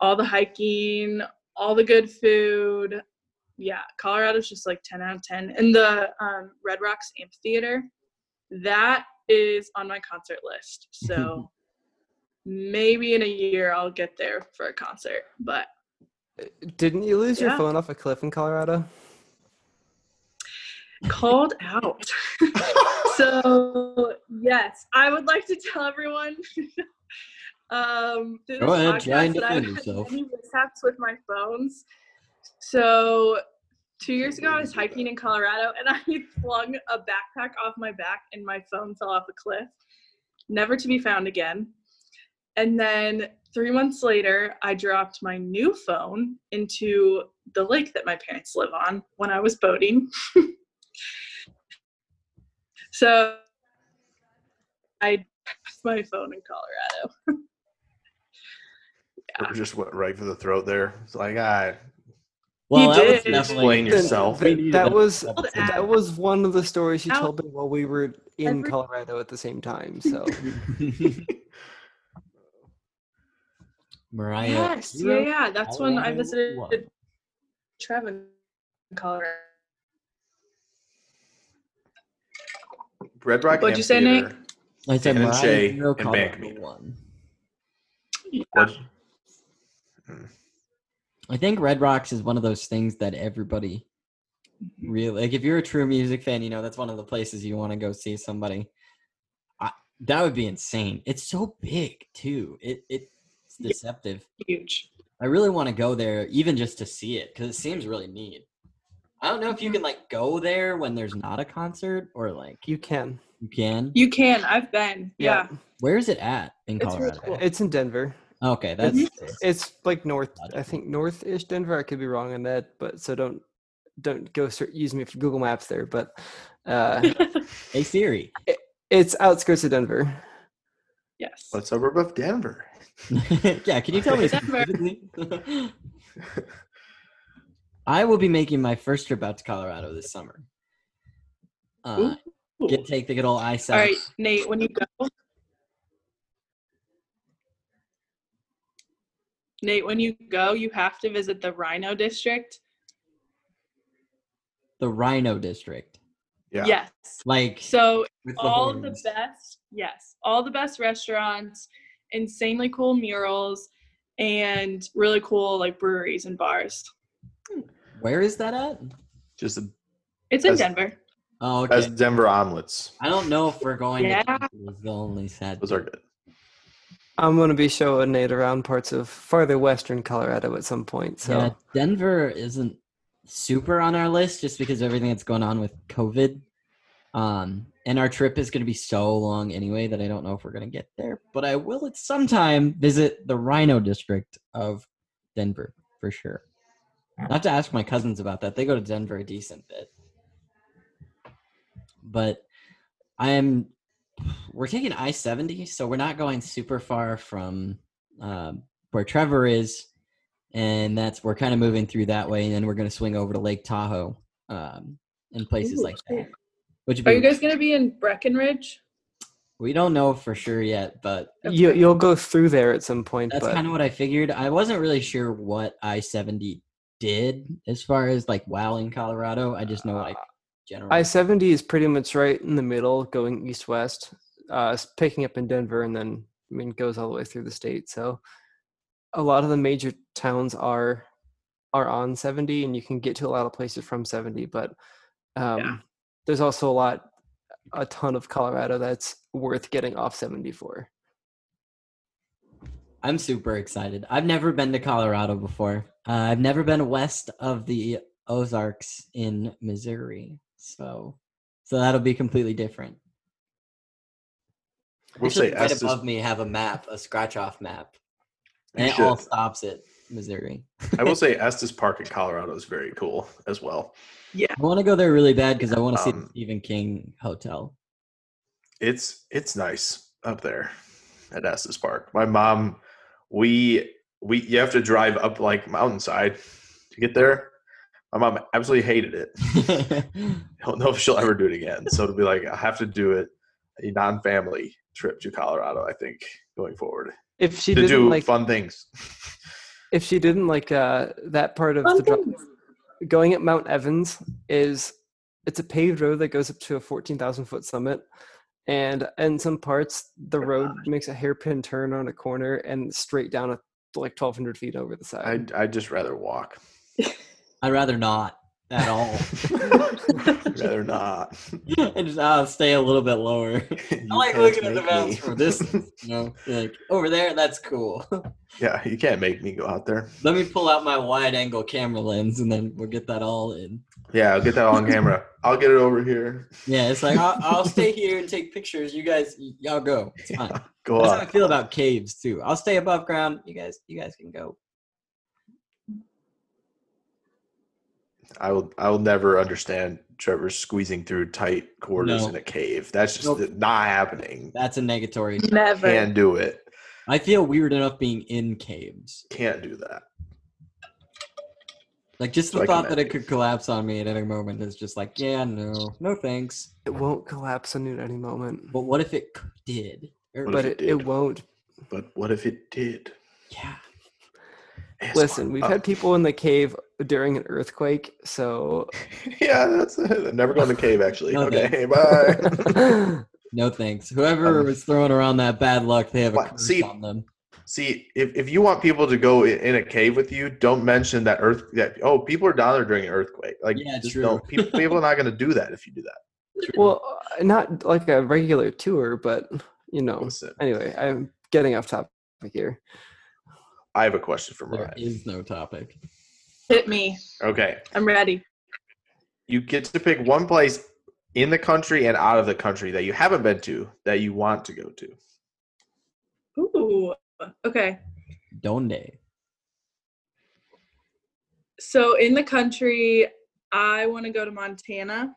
[SPEAKER 8] all the hiking all the good food yeah colorado's just like 10 out of 10 and the um, red rocks amphitheater that is on my concert list so maybe in a year i'll get there for a concert but
[SPEAKER 6] Didn't you lose your
[SPEAKER 8] Yeah.
[SPEAKER 6] phone off a cliff in Colorado?
[SPEAKER 8] called out. (laughs) so yes, I would like to tell everyone (laughs) um, through
[SPEAKER 5] Go
[SPEAKER 8] this
[SPEAKER 5] ahead, try and
[SPEAKER 8] podcast that I've
[SPEAKER 5] defend
[SPEAKER 8] had
[SPEAKER 5] yourself.
[SPEAKER 8] many mishaps with my phones. So two years ago, I was hiking in Colorado and (laughs) I flung a backpack off my back and my phone fell off a cliff, never to be found again. And then three months later, I dropped my new phone into the lake that my parents live on when I was boating. so I dropped my phone in Colorado.
[SPEAKER 7] It just went right for the throat there. It's like, ah,
[SPEAKER 5] Well, that was
[SPEAKER 8] did.
[SPEAKER 5] definitely
[SPEAKER 7] explain yourself.
[SPEAKER 5] We
[SPEAKER 6] Th-
[SPEAKER 5] knew
[SPEAKER 6] that was-
[SPEAKER 5] was
[SPEAKER 8] Yeah.
[SPEAKER 6] That was one of the stories you
[SPEAKER 8] Now-
[SPEAKER 6] told me while we were in
[SPEAKER 8] Every-
[SPEAKER 6] Colorado at the same time.
[SPEAKER 8] (laughs)
[SPEAKER 6] So
[SPEAKER 5] (laughs) Mariah.
[SPEAKER 8] Yes, yeah,
[SPEAKER 5] Hero,
[SPEAKER 8] yeah. That's when I
[SPEAKER 5] Colorado
[SPEAKER 8] visited
[SPEAKER 5] One.
[SPEAKER 8] Trevin in Colorado.
[SPEAKER 7] Red Rock
[SPEAKER 8] What'd you say, Nick?
[SPEAKER 7] Amphitheater.
[SPEAKER 5] I said
[SPEAKER 7] Dan and
[SPEAKER 5] Mariah
[SPEAKER 7] Shay
[SPEAKER 5] Hero,
[SPEAKER 7] and
[SPEAKER 5] Colorado
[SPEAKER 7] Bankman.
[SPEAKER 5] One.
[SPEAKER 7] What?
[SPEAKER 5] I think Red Rocks is one of those things that everybody
[SPEAKER 8] Mm-hmm.
[SPEAKER 5] really like. If you're a true music fan, you know that's one of the places you want to go see somebody. I, that would be insane. It's so big too. It it- it's
[SPEAKER 8] Yeah.
[SPEAKER 5] deceptive.
[SPEAKER 8] Huge.
[SPEAKER 5] I really want to go there, even just to see it, because it seems really neat. I don't know if you can like go there when there's not a concert, or like
[SPEAKER 6] you can.
[SPEAKER 5] you can.
[SPEAKER 8] You can. I've been. Yeah.
[SPEAKER 5] Where is it at in
[SPEAKER 8] It's really
[SPEAKER 5] Colorado?
[SPEAKER 8] cool.
[SPEAKER 6] It's in Denver.
[SPEAKER 5] Okay, that's
[SPEAKER 6] It's like north. I
[SPEAKER 5] Gotcha.
[SPEAKER 6] think north-ish Denver. I could be wrong on that, but so don't don't go search, use me for Google Maps there. But
[SPEAKER 8] (laughs)
[SPEAKER 6] uh,
[SPEAKER 5] hey Siri.
[SPEAKER 6] it's outskirts of Denver.
[SPEAKER 8] yes.
[SPEAKER 7] What suburb of Denver?
[SPEAKER 5] (laughs) yeah, can you tell me
[SPEAKER 8] Denver.
[SPEAKER 5] specifically? (laughs) I will be making my first trip out to Colorado this summer. Uh,
[SPEAKER 8] Ooh.
[SPEAKER 5] get take the good old I
[SPEAKER 8] All
[SPEAKER 5] seven.
[SPEAKER 8] right, Nate. When you go, Nate, when you go, you have to visit the Rhino District.
[SPEAKER 5] The Rhino District.
[SPEAKER 7] Yeah.
[SPEAKER 8] Yes.
[SPEAKER 5] Like
[SPEAKER 8] So
[SPEAKER 5] with the
[SPEAKER 8] all of the
[SPEAKER 5] horns.
[SPEAKER 8] best, yes, all the best restaurants, insanely cool murals, and really cool like breweries and bars.
[SPEAKER 5] Where is that at?
[SPEAKER 7] Just
[SPEAKER 8] It's in
[SPEAKER 7] As-
[SPEAKER 8] Denver.
[SPEAKER 5] Oh, okay.
[SPEAKER 7] as Denver omelets.
[SPEAKER 5] I don't know if we're going.
[SPEAKER 8] Yeah.
[SPEAKER 5] to is the only sad.
[SPEAKER 7] Those are good.
[SPEAKER 6] I'm going to be showing Nate around parts of farther western Colorado at some point. So
[SPEAKER 5] Yeah, Denver isn't super on our list just because of everything that's going on with COVID. Um, and our trip is going to be so long anyway that I don't know if we're going to get there. But I will at some time visit the Rhino District of Denver for sure. I have to ask my cousins about that. They go to Denver a decent bit. But I am. We're taking I seventy, so we're not going super far from um, where Trevor is and that's we're kind of moving through that way, and then we're gonna swing over to Lake Tahoe um, and places
[SPEAKER 8] Ooh,
[SPEAKER 5] like that. Which would
[SPEAKER 8] Are you
[SPEAKER 5] be-
[SPEAKER 8] guys gonna be in Breckenridge?
[SPEAKER 5] we don't know for sure yet, but
[SPEAKER 6] you, you'll go through there at some point.
[SPEAKER 5] that's
[SPEAKER 6] but
[SPEAKER 5] kind of what I figured. I wasn't really sure what I seventy did as far as like wow in Colorado. I just know like general.
[SPEAKER 6] Uh, I 70 is pretty much right in the middle going east west, uh, s- picking up in Denver, and then I mean, goes all the way through the state. So a lot of the major towns are are on 70, and you can get to a lot of places from 70. But um, there's also a lot, a ton of Colorado that's worth getting off 74.
[SPEAKER 5] I'm super excited. I've never been to Colorado before. Uh, I've never been west of the Ozarks in Missouri, so so that'll be completely different.
[SPEAKER 7] We'll
[SPEAKER 5] Actually,
[SPEAKER 7] say
[SPEAKER 5] right
[SPEAKER 7] Estes.
[SPEAKER 5] above me have a map, a scratch off map,
[SPEAKER 7] You
[SPEAKER 5] and it all
[SPEAKER 7] should.
[SPEAKER 5] stops at Missouri.
[SPEAKER 7] I will say Estes Park in Colorado is very cool as well.
[SPEAKER 5] I want to go there really bad because I want to see the
[SPEAKER 7] Um,
[SPEAKER 5] Stephen King
[SPEAKER 7] (laughs)
[SPEAKER 5] hotel.
[SPEAKER 7] It's it's nice up there at Estes Park. My mom, we we you have to drive up like mountainside to get there. My mom absolutely
[SPEAKER 6] (laughs)
[SPEAKER 7] hated it. I don't know if she'll ever do it again. So to be like, I have to do it a non-family trip to Colorado. I think going forward
[SPEAKER 6] If she
[SPEAKER 7] to
[SPEAKER 6] didn't
[SPEAKER 7] do
[SPEAKER 6] like,
[SPEAKER 7] fun things.
[SPEAKER 6] if she didn't like uh, that part of the drive, going at Mount Evans is it's a paved road that goes up to a 14,000 foot summit. And in some parts, the road makes a hairpin turn on a corner and straight down at like 1,200 feet over the
[SPEAKER 7] I
[SPEAKER 6] side.
[SPEAKER 7] I just
[SPEAKER 6] (laughs)
[SPEAKER 7] rather walk.
[SPEAKER 5] I'd rather not at
[SPEAKER 7] (laughs)
[SPEAKER 5] all. (laughs)
[SPEAKER 7] rather not.
[SPEAKER 5] and just uh, stay a little bit lower. (laughs)
[SPEAKER 7] You
[SPEAKER 5] I like
[SPEAKER 7] can't
[SPEAKER 5] looking at the
[SPEAKER 7] make
[SPEAKER 5] mountains
[SPEAKER 7] me.
[SPEAKER 5] from a distance. You know, You're like over there, that's cool.
[SPEAKER 7] (laughs)
[SPEAKER 5] (laughs)
[SPEAKER 7] Yeah, you can't make me go out there.
[SPEAKER 5] Let me pull out my wide angle camera lens, and then we'll get that all in.
[SPEAKER 7] Yeah, I'll get that on camera. I'll get it over here.
[SPEAKER 5] Yeah, it's like I'll, I'll stay here and take pictures. You guys, y- y'all go. It's fine.
[SPEAKER 7] Go
[SPEAKER 5] That's how I
[SPEAKER 7] up.
[SPEAKER 5] feel about caves too. I'll stay above ground. You guys, you guys can go.
[SPEAKER 7] I will. I will never understand Trevor squeezing through tight quarters
[SPEAKER 5] No.
[SPEAKER 7] in a cave. That's just
[SPEAKER 5] Nope.
[SPEAKER 7] not happening.
[SPEAKER 5] That's a negatory.
[SPEAKER 8] Never.
[SPEAKER 7] Can't do it.
[SPEAKER 5] I feel weird enough being in caves.
[SPEAKER 7] Can't do that.
[SPEAKER 5] Like just the
[SPEAKER 7] Like
[SPEAKER 5] thought
[SPEAKER 7] in
[SPEAKER 5] that
[SPEAKER 7] that
[SPEAKER 5] it could collapse on me at any moment is just like, yeah, no, no thanks.
[SPEAKER 6] It won't collapse on you at any moment,
[SPEAKER 5] But what if it c- did? Or-
[SPEAKER 7] What if
[SPEAKER 6] but
[SPEAKER 7] it
[SPEAKER 6] it, it
[SPEAKER 7] did?
[SPEAKER 6] won't.
[SPEAKER 7] But what if it did?
[SPEAKER 5] yeah,
[SPEAKER 7] Ask
[SPEAKER 6] Listen,
[SPEAKER 7] one
[SPEAKER 6] we've
[SPEAKER 7] up. (laughs)
[SPEAKER 6] had people in the cave during an earthquake, so
[SPEAKER 7] yeah, that's it. Never go in the cave. Actually.
[SPEAKER 5] No,
[SPEAKER 6] (laughs)
[SPEAKER 7] okay. (laughs) Bye.
[SPEAKER 5] (laughs) no thanks. Whoever
[SPEAKER 7] Um,
[SPEAKER 5] was throwing around that bad luck, they have a
[SPEAKER 7] what-
[SPEAKER 5] curse
[SPEAKER 7] see-
[SPEAKER 5] on them.
[SPEAKER 7] See, if, if you want people to go i- in a cave with you, don't mention that earth. That oh, people are down there during an earthquake. Like,
[SPEAKER 5] Yeah,
[SPEAKER 7] just
[SPEAKER 5] true.
[SPEAKER 7] don't. People,
[SPEAKER 5] (laughs)
[SPEAKER 7] people are not going to do that if you do that.
[SPEAKER 6] well, not like a regular tour, but you know.
[SPEAKER 7] Listen,
[SPEAKER 6] Anyway, I'm getting off topic here.
[SPEAKER 7] I have a question for
[SPEAKER 5] There
[SPEAKER 7] Mariah.
[SPEAKER 5] is no topic.
[SPEAKER 8] Hit me.
[SPEAKER 7] Okay,
[SPEAKER 8] I'm ready.
[SPEAKER 7] you get to pick one place in the country and out of the country that you haven't been to that you want to go to.
[SPEAKER 8] Ooh. Okay.
[SPEAKER 5] Donde?
[SPEAKER 8] So in the country, I want to go to Montana.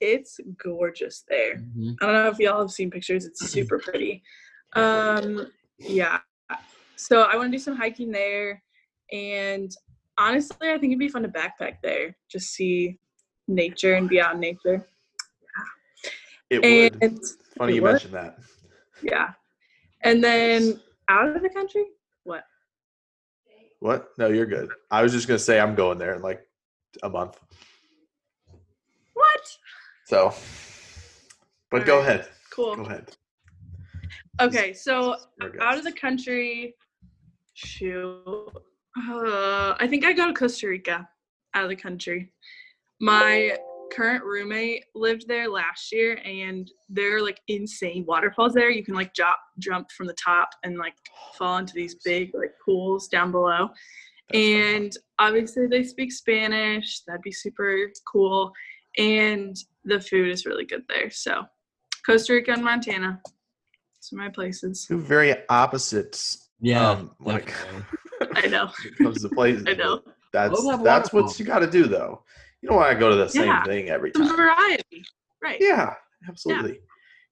[SPEAKER 8] It's gorgeous there.
[SPEAKER 7] Mm-hmm.
[SPEAKER 8] I don't know if y'all have seen pictures.
[SPEAKER 7] (clears throat)
[SPEAKER 8] It's super pretty. Um, yeah. So I want to do some hiking there, and honestly, I think it'd be fun to backpack there. Just see nature and be out in nature.
[SPEAKER 7] It would.
[SPEAKER 8] And
[SPEAKER 7] Funny
[SPEAKER 8] it
[SPEAKER 7] you
[SPEAKER 8] would.
[SPEAKER 7] mentioned that.
[SPEAKER 8] yeah, and then out of the country. What?
[SPEAKER 7] What? No, you're good. I was just gonna say I'm going there in like a month.
[SPEAKER 8] What?
[SPEAKER 7] So, but go
[SPEAKER 8] Alright.
[SPEAKER 7] ahead. Go
[SPEAKER 8] Cool.
[SPEAKER 7] ahead.
[SPEAKER 8] Okay, so
[SPEAKER 7] We're good.
[SPEAKER 8] out of the country, shoot. Uh, I think I go to Costa Rica out of the country. My current roommate lived there last year, and there are like insane waterfalls there. You can like jump, jump from the top and like fall into these big like pools down below.
[SPEAKER 7] That's so fun.
[SPEAKER 8] and obviously they speak Spanish. That'd be super cool. And the food is really good there. So Costa Rica and Montana. Those are my places.
[SPEAKER 7] two very opposites.
[SPEAKER 5] Yeah,
[SPEAKER 7] um, like
[SPEAKER 5] definitely.
[SPEAKER 8] (laughs) I know.
[SPEAKER 7] (laughs) when it comes to places.
[SPEAKER 8] I know.
[SPEAKER 7] That's
[SPEAKER 5] Love that
[SPEAKER 7] that's what
[SPEAKER 5] waterfall.
[SPEAKER 7] you got to do though. You don't want to go to the same
[SPEAKER 8] Yeah.
[SPEAKER 7] thing every
[SPEAKER 8] Some
[SPEAKER 7] time.
[SPEAKER 8] variety. Right.
[SPEAKER 7] Yeah, absolutely. You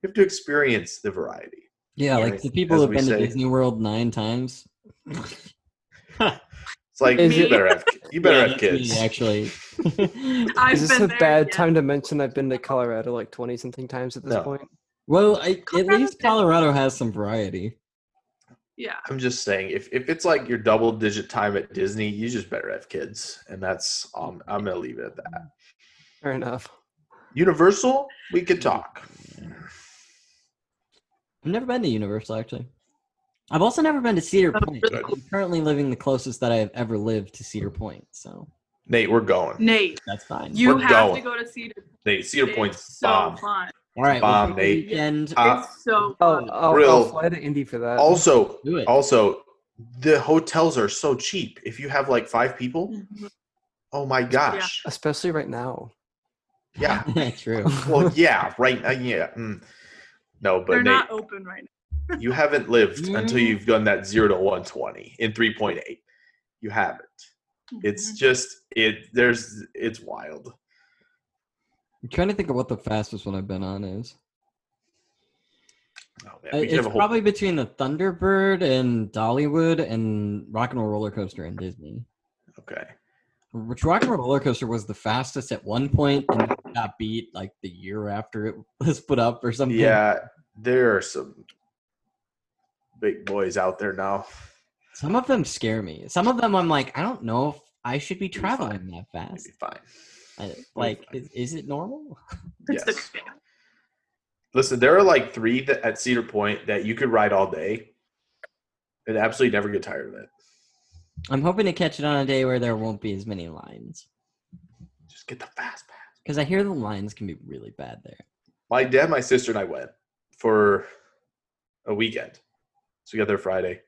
[SPEAKER 7] have to experience the variety.
[SPEAKER 5] yeah,
[SPEAKER 7] Yeah,
[SPEAKER 5] like the people
[SPEAKER 7] as
[SPEAKER 5] who've
[SPEAKER 7] we
[SPEAKER 5] been to
[SPEAKER 7] say.
[SPEAKER 5] Disney World nine times.
[SPEAKER 7] It's like
[SPEAKER 6] Is
[SPEAKER 7] you
[SPEAKER 8] it-
[SPEAKER 7] better have you better
[SPEAKER 5] Yeah,
[SPEAKER 7] have
[SPEAKER 5] that's me,
[SPEAKER 7] kids.
[SPEAKER 5] actually.
[SPEAKER 7] (laughs)
[SPEAKER 5] (laughs)
[SPEAKER 8] I've
[SPEAKER 6] Is this
[SPEAKER 8] been
[SPEAKER 6] a
[SPEAKER 8] there,
[SPEAKER 6] bad
[SPEAKER 8] yeah.
[SPEAKER 6] time to mention I've been to Colorado like twenty something times at this
[SPEAKER 7] No.
[SPEAKER 6] point?
[SPEAKER 5] well, I, at
[SPEAKER 8] Colorado's
[SPEAKER 5] least Colorado has some variety.
[SPEAKER 8] Yeah.
[SPEAKER 7] I'm just saying, if, if it's like your double digit time at Disney, you just better have kids, and that's um, I'm gonna leave it at that.
[SPEAKER 6] Fair
[SPEAKER 7] (laughs)
[SPEAKER 6] enough.
[SPEAKER 7] Universal, we could talk.
[SPEAKER 5] I've never been to Universal actually. I've also never been to Cedar
[SPEAKER 8] Oh,
[SPEAKER 5] Point.
[SPEAKER 8] really?
[SPEAKER 5] I'm currently living the closest that I have ever lived to Cedar Point, so
[SPEAKER 7] Nate, we're going.
[SPEAKER 8] Nate,
[SPEAKER 5] that's fine.
[SPEAKER 8] you
[SPEAKER 7] We're
[SPEAKER 8] have
[SPEAKER 7] going.
[SPEAKER 8] to go to Cedar.
[SPEAKER 7] Nate, Cedar Point's
[SPEAKER 8] It's so
[SPEAKER 7] bomb.
[SPEAKER 8] fun.
[SPEAKER 5] All right,
[SPEAKER 7] Bomb,
[SPEAKER 5] we'll pick a
[SPEAKER 7] Nate.
[SPEAKER 5] weekend.
[SPEAKER 7] Uh,
[SPEAKER 8] it's so
[SPEAKER 6] Oh,
[SPEAKER 8] fun.
[SPEAKER 6] I'll,
[SPEAKER 7] Real-
[SPEAKER 6] I'll fly to Indy for that.
[SPEAKER 7] Also,
[SPEAKER 5] Do it.
[SPEAKER 7] also, the hotels are so cheap. If you have like five people,
[SPEAKER 8] Mhm.
[SPEAKER 7] oh my gosh,
[SPEAKER 6] especially right now.
[SPEAKER 5] (laughs)
[SPEAKER 7] yeah.
[SPEAKER 5] True.
[SPEAKER 7] Well, yeah, right. Uh, yeah, mm. no, but
[SPEAKER 8] They're
[SPEAKER 7] Nate,
[SPEAKER 8] not open right now.
[SPEAKER 7] you haven't lived until
[SPEAKER 5] Mm.
[SPEAKER 7] you've done that zero to one twenty in three point eight. You haven't.
[SPEAKER 8] Mm-hmm.
[SPEAKER 7] It's just it. There's it's wild.
[SPEAKER 5] I'm trying to think of what the fastest one I've been on is.
[SPEAKER 7] Oh,
[SPEAKER 5] Uh,
[SPEAKER 7] man, we could
[SPEAKER 5] It's
[SPEAKER 7] have a whole
[SPEAKER 5] probably between the Thunderbird and Dollywood and Rock and Roll Roller Coaster in Disney.
[SPEAKER 7] okay.
[SPEAKER 5] Which Rock and Roll Roller Coaster was the fastest at one point and it got beat like the year after it (laughs) was put up or something.
[SPEAKER 7] Yeah, there are some big boys out there now.
[SPEAKER 5] Some of them scare me. Some of them I'm like, I don't know if I should be traveling that
[SPEAKER 7] It'd
[SPEAKER 5] fast.
[SPEAKER 7] be fine.
[SPEAKER 5] I- Like, is, is it normal?
[SPEAKER 8] It's
[SPEAKER 7] Yes.
[SPEAKER 8] the
[SPEAKER 7] Listen, there are like three that, at Cedar Point that you could ride all day and absolutely never get tired of it.
[SPEAKER 5] I'm hoping to catch it on a day where there won't be as many lines
[SPEAKER 7] Just get the fast pass.
[SPEAKER 5] because I hear the lines can be really bad there.
[SPEAKER 7] My dad, my sister, and I went for a weekend. So we got there Friday.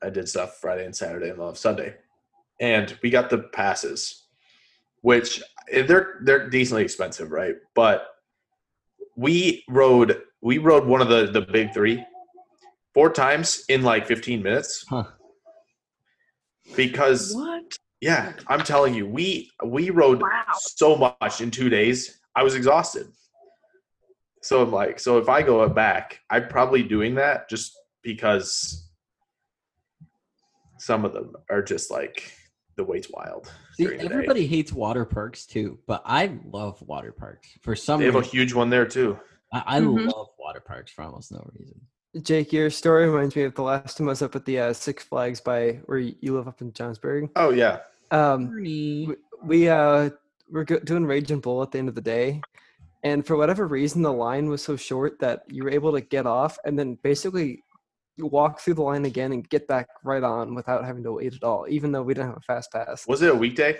[SPEAKER 7] I did stuff Friday and Saturday and love Sunday, and we got the passes, which eh, they're they're decently expensive, right? But we rode we rode one of the the big three four times in like 15 minutes
[SPEAKER 5] Huh.
[SPEAKER 7] because
[SPEAKER 8] what?
[SPEAKER 7] yeah, I'm telling you, we we rode
[SPEAKER 8] Wow.
[SPEAKER 7] so much in two days. I was exhausted. So I'm like, so if I go back, I'm probably doing that just because some of them are just like the wait's wild.
[SPEAKER 5] See,
[SPEAKER 7] during the day.
[SPEAKER 5] everybody hates water parks too, but I love water parks for some
[SPEAKER 7] They have a Mm-hmm.
[SPEAKER 5] reason.
[SPEAKER 7] huge one there too.
[SPEAKER 5] I, I
[SPEAKER 8] Mhm.
[SPEAKER 5] love water parks for almost no reason.
[SPEAKER 6] Jake, your story reminds me of the last time I was up at the uh, Six Flags by where y- you live up in Johnsburg.
[SPEAKER 7] Oh yeah,
[SPEAKER 6] Um, we we uh, were go- doing Rage and Bull at the end of the day, and for whatever reason, the line was so short that you were able to get off and then basically walk through the line again and get back right on without having to wait at all, even though we didn't have a fast pass.
[SPEAKER 7] was it a weekday?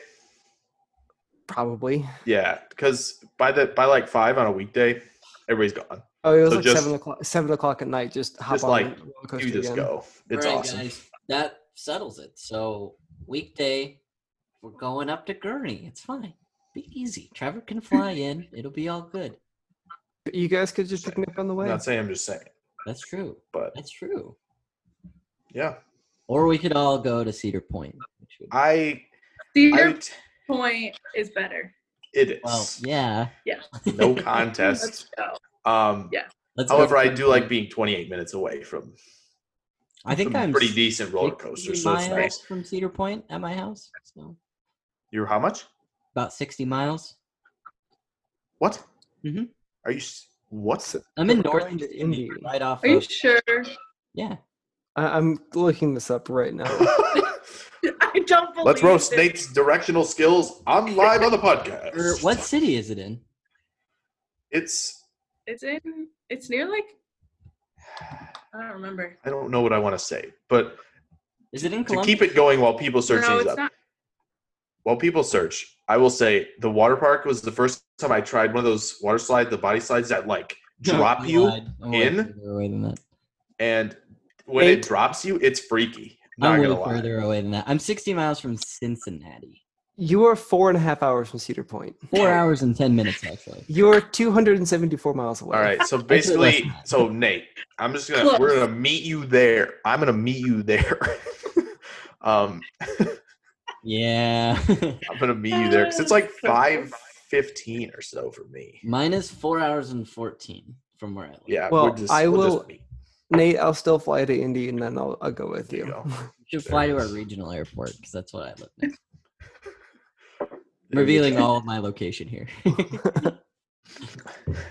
[SPEAKER 6] Probably.
[SPEAKER 7] Yeah, because by the by like five on a weekday, everybody's gone.
[SPEAKER 6] Oh, it was
[SPEAKER 7] So
[SPEAKER 6] like
[SPEAKER 7] just-
[SPEAKER 6] seven o'clock. Seven o'clock at night. Just hop
[SPEAKER 7] Just
[SPEAKER 6] on
[SPEAKER 7] like,
[SPEAKER 6] the roller coaster
[SPEAKER 7] You just
[SPEAKER 6] again.
[SPEAKER 7] go. It's
[SPEAKER 5] All right,
[SPEAKER 7] awesome.
[SPEAKER 5] guys, that settles it. So weekday, we're going up to Gurney. It's fine. Be easy. Trevor can
[SPEAKER 7] (laughs)
[SPEAKER 5] fly in. It'll be all good.
[SPEAKER 6] You guys could just pick me up on the
[SPEAKER 7] I'm
[SPEAKER 6] way.
[SPEAKER 7] not saying I'm just saying,
[SPEAKER 5] That's true. (laughs)
[SPEAKER 7] but
[SPEAKER 5] That's true.
[SPEAKER 7] yeah,
[SPEAKER 5] Or we could all go to Cedar Point. Which would,
[SPEAKER 7] I,
[SPEAKER 8] Cedar
[SPEAKER 7] I
[SPEAKER 8] Point is better.
[SPEAKER 7] it is.
[SPEAKER 5] well, yeah.
[SPEAKER 8] (laughs)
[SPEAKER 7] no contest.
[SPEAKER 8] Let's go.
[SPEAKER 7] Um,
[SPEAKER 8] Yeah.
[SPEAKER 5] Let's go
[SPEAKER 7] however,
[SPEAKER 5] to
[SPEAKER 7] I
[SPEAKER 5] Cedar
[SPEAKER 7] do like
[SPEAKER 5] Point.
[SPEAKER 7] being 28 minutes away from
[SPEAKER 5] I think
[SPEAKER 7] some
[SPEAKER 5] I'm
[SPEAKER 7] pretty decent roller
[SPEAKER 5] 60
[SPEAKER 7] coasters, so it's
[SPEAKER 5] miles
[SPEAKER 7] nice.
[SPEAKER 5] from Cedar Point at my house. So
[SPEAKER 7] You're how much?
[SPEAKER 5] about sixty miles.
[SPEAKER 7] What?
[SPEAKER 5] Mhm.
[SPEAKER 7] Are you s- what?
[SPEAKER 5] I'm in
[SPEAKER 6] We're
[SPEAKER 5] North
[SPEAKER 6] going to
[SPEAKER 5] Indy,
[SPEAKER 6] Indy.
[SPEAKER 5] right off.
[SPEAKER 8] Are you
[SPEAKER 5] of-
[SPEAKER 8] sure?
[SPEAKER 5] yeah,
[SPEAKER 6] I- I'm looking this up right now.
[SPEAKER 8] (laughs) I don't
[SPEAKER 7] (laughs)
[SPEAKER 8] believe
[SPEAKER 7] Let's roast
[SPEAKER 8] it.
[SPEAKER 7] Nate's directional skills on live on the podcast.
[SPEAKER 5] Or Er, what city is it in?
[SPEAKER 7] It's
[SPEAKER 8] It's in. It's near like. I don't remember.
[SPEAKER 7] I don't know what I want to say, but
[SPEAKER 5] Is it in
[SPEAKER 7] to
[SPEAKER 5] Columbus?
[SPEAKER 7] keep it going while people search
[SPEAKER 8] no,
[SPEAKER 7] these
[SPEAKER 8] it's
[SPEAKER 7] up.
[SPEAKER 8] not.
[SPEAKER 7] While people search, I will say the water park was the first time I tried one of those water slides, the body slides that like
[SPEAKER 5] Oh,
[SPEAKER 7] drop you, in?
[SPEAKER 5] Away than that.
[SPEAKER 7] and when
[SPEAKER 6] Nate?
[SPEAKER 7] it drops you, it's freaky. Not
[SPEAKER 5] I'm way
[SPEAKER 7] gonna lie.
[SPEAKER 5] further away than that. I'm 60 miles from Cincinnati.
[SPEAKER 6] You are four and a half hours from Cedar Point.
[SPEAKER 5] Four hours and 10
[SPEAKER 7] (laughs)
[SPEAKER 5] minutes, actually.
[SPEAKER 6] You are 274 miles away.
[SPEAKER 7] All right,
[SPEAKER 5] (laughs)
[SPEAKER 7] so
[SPEAKER 5] That's what it was.
[SPEAKER 7] basically, so Nate, I'm just gonna
[SPEAKER 8] Close.
[SPEAKER 7] we're gonna meet you there. I'm gonna meet you there. (laughs) um,
[SPEAKER 5] Yeah. (laughs)
[SPEAKER 7] I'm gonna meet you there because it's like five fifteen or so for me.
[SPEAKER 5] Minus four hours and 14 from where I live.
[SPEAKER 7] Yeah,
[SPEAKER 6] Well,
[SPEAKER 7] we're just,
[SPEAKER 6] I
[SPEAKER 7] we'll
[SPEAKER 6] will-
[SPEAKER 7] Just meet.
[SPEAKER 6] Nate, I'll still fly to Indy and then I'll, I'll go with
[SPEAKER 7] There you
[SPEAKER 6] you.
[SPEAKER 7] go.
[SPEAKER 5] You should fly to our regional airport because that's what I
[SPEAKER 7] (laughs)
[SPEAKER 5] live next. Revealing all of my location
[SPEAKER 7] (laughs)
[SPEAKER 5] here.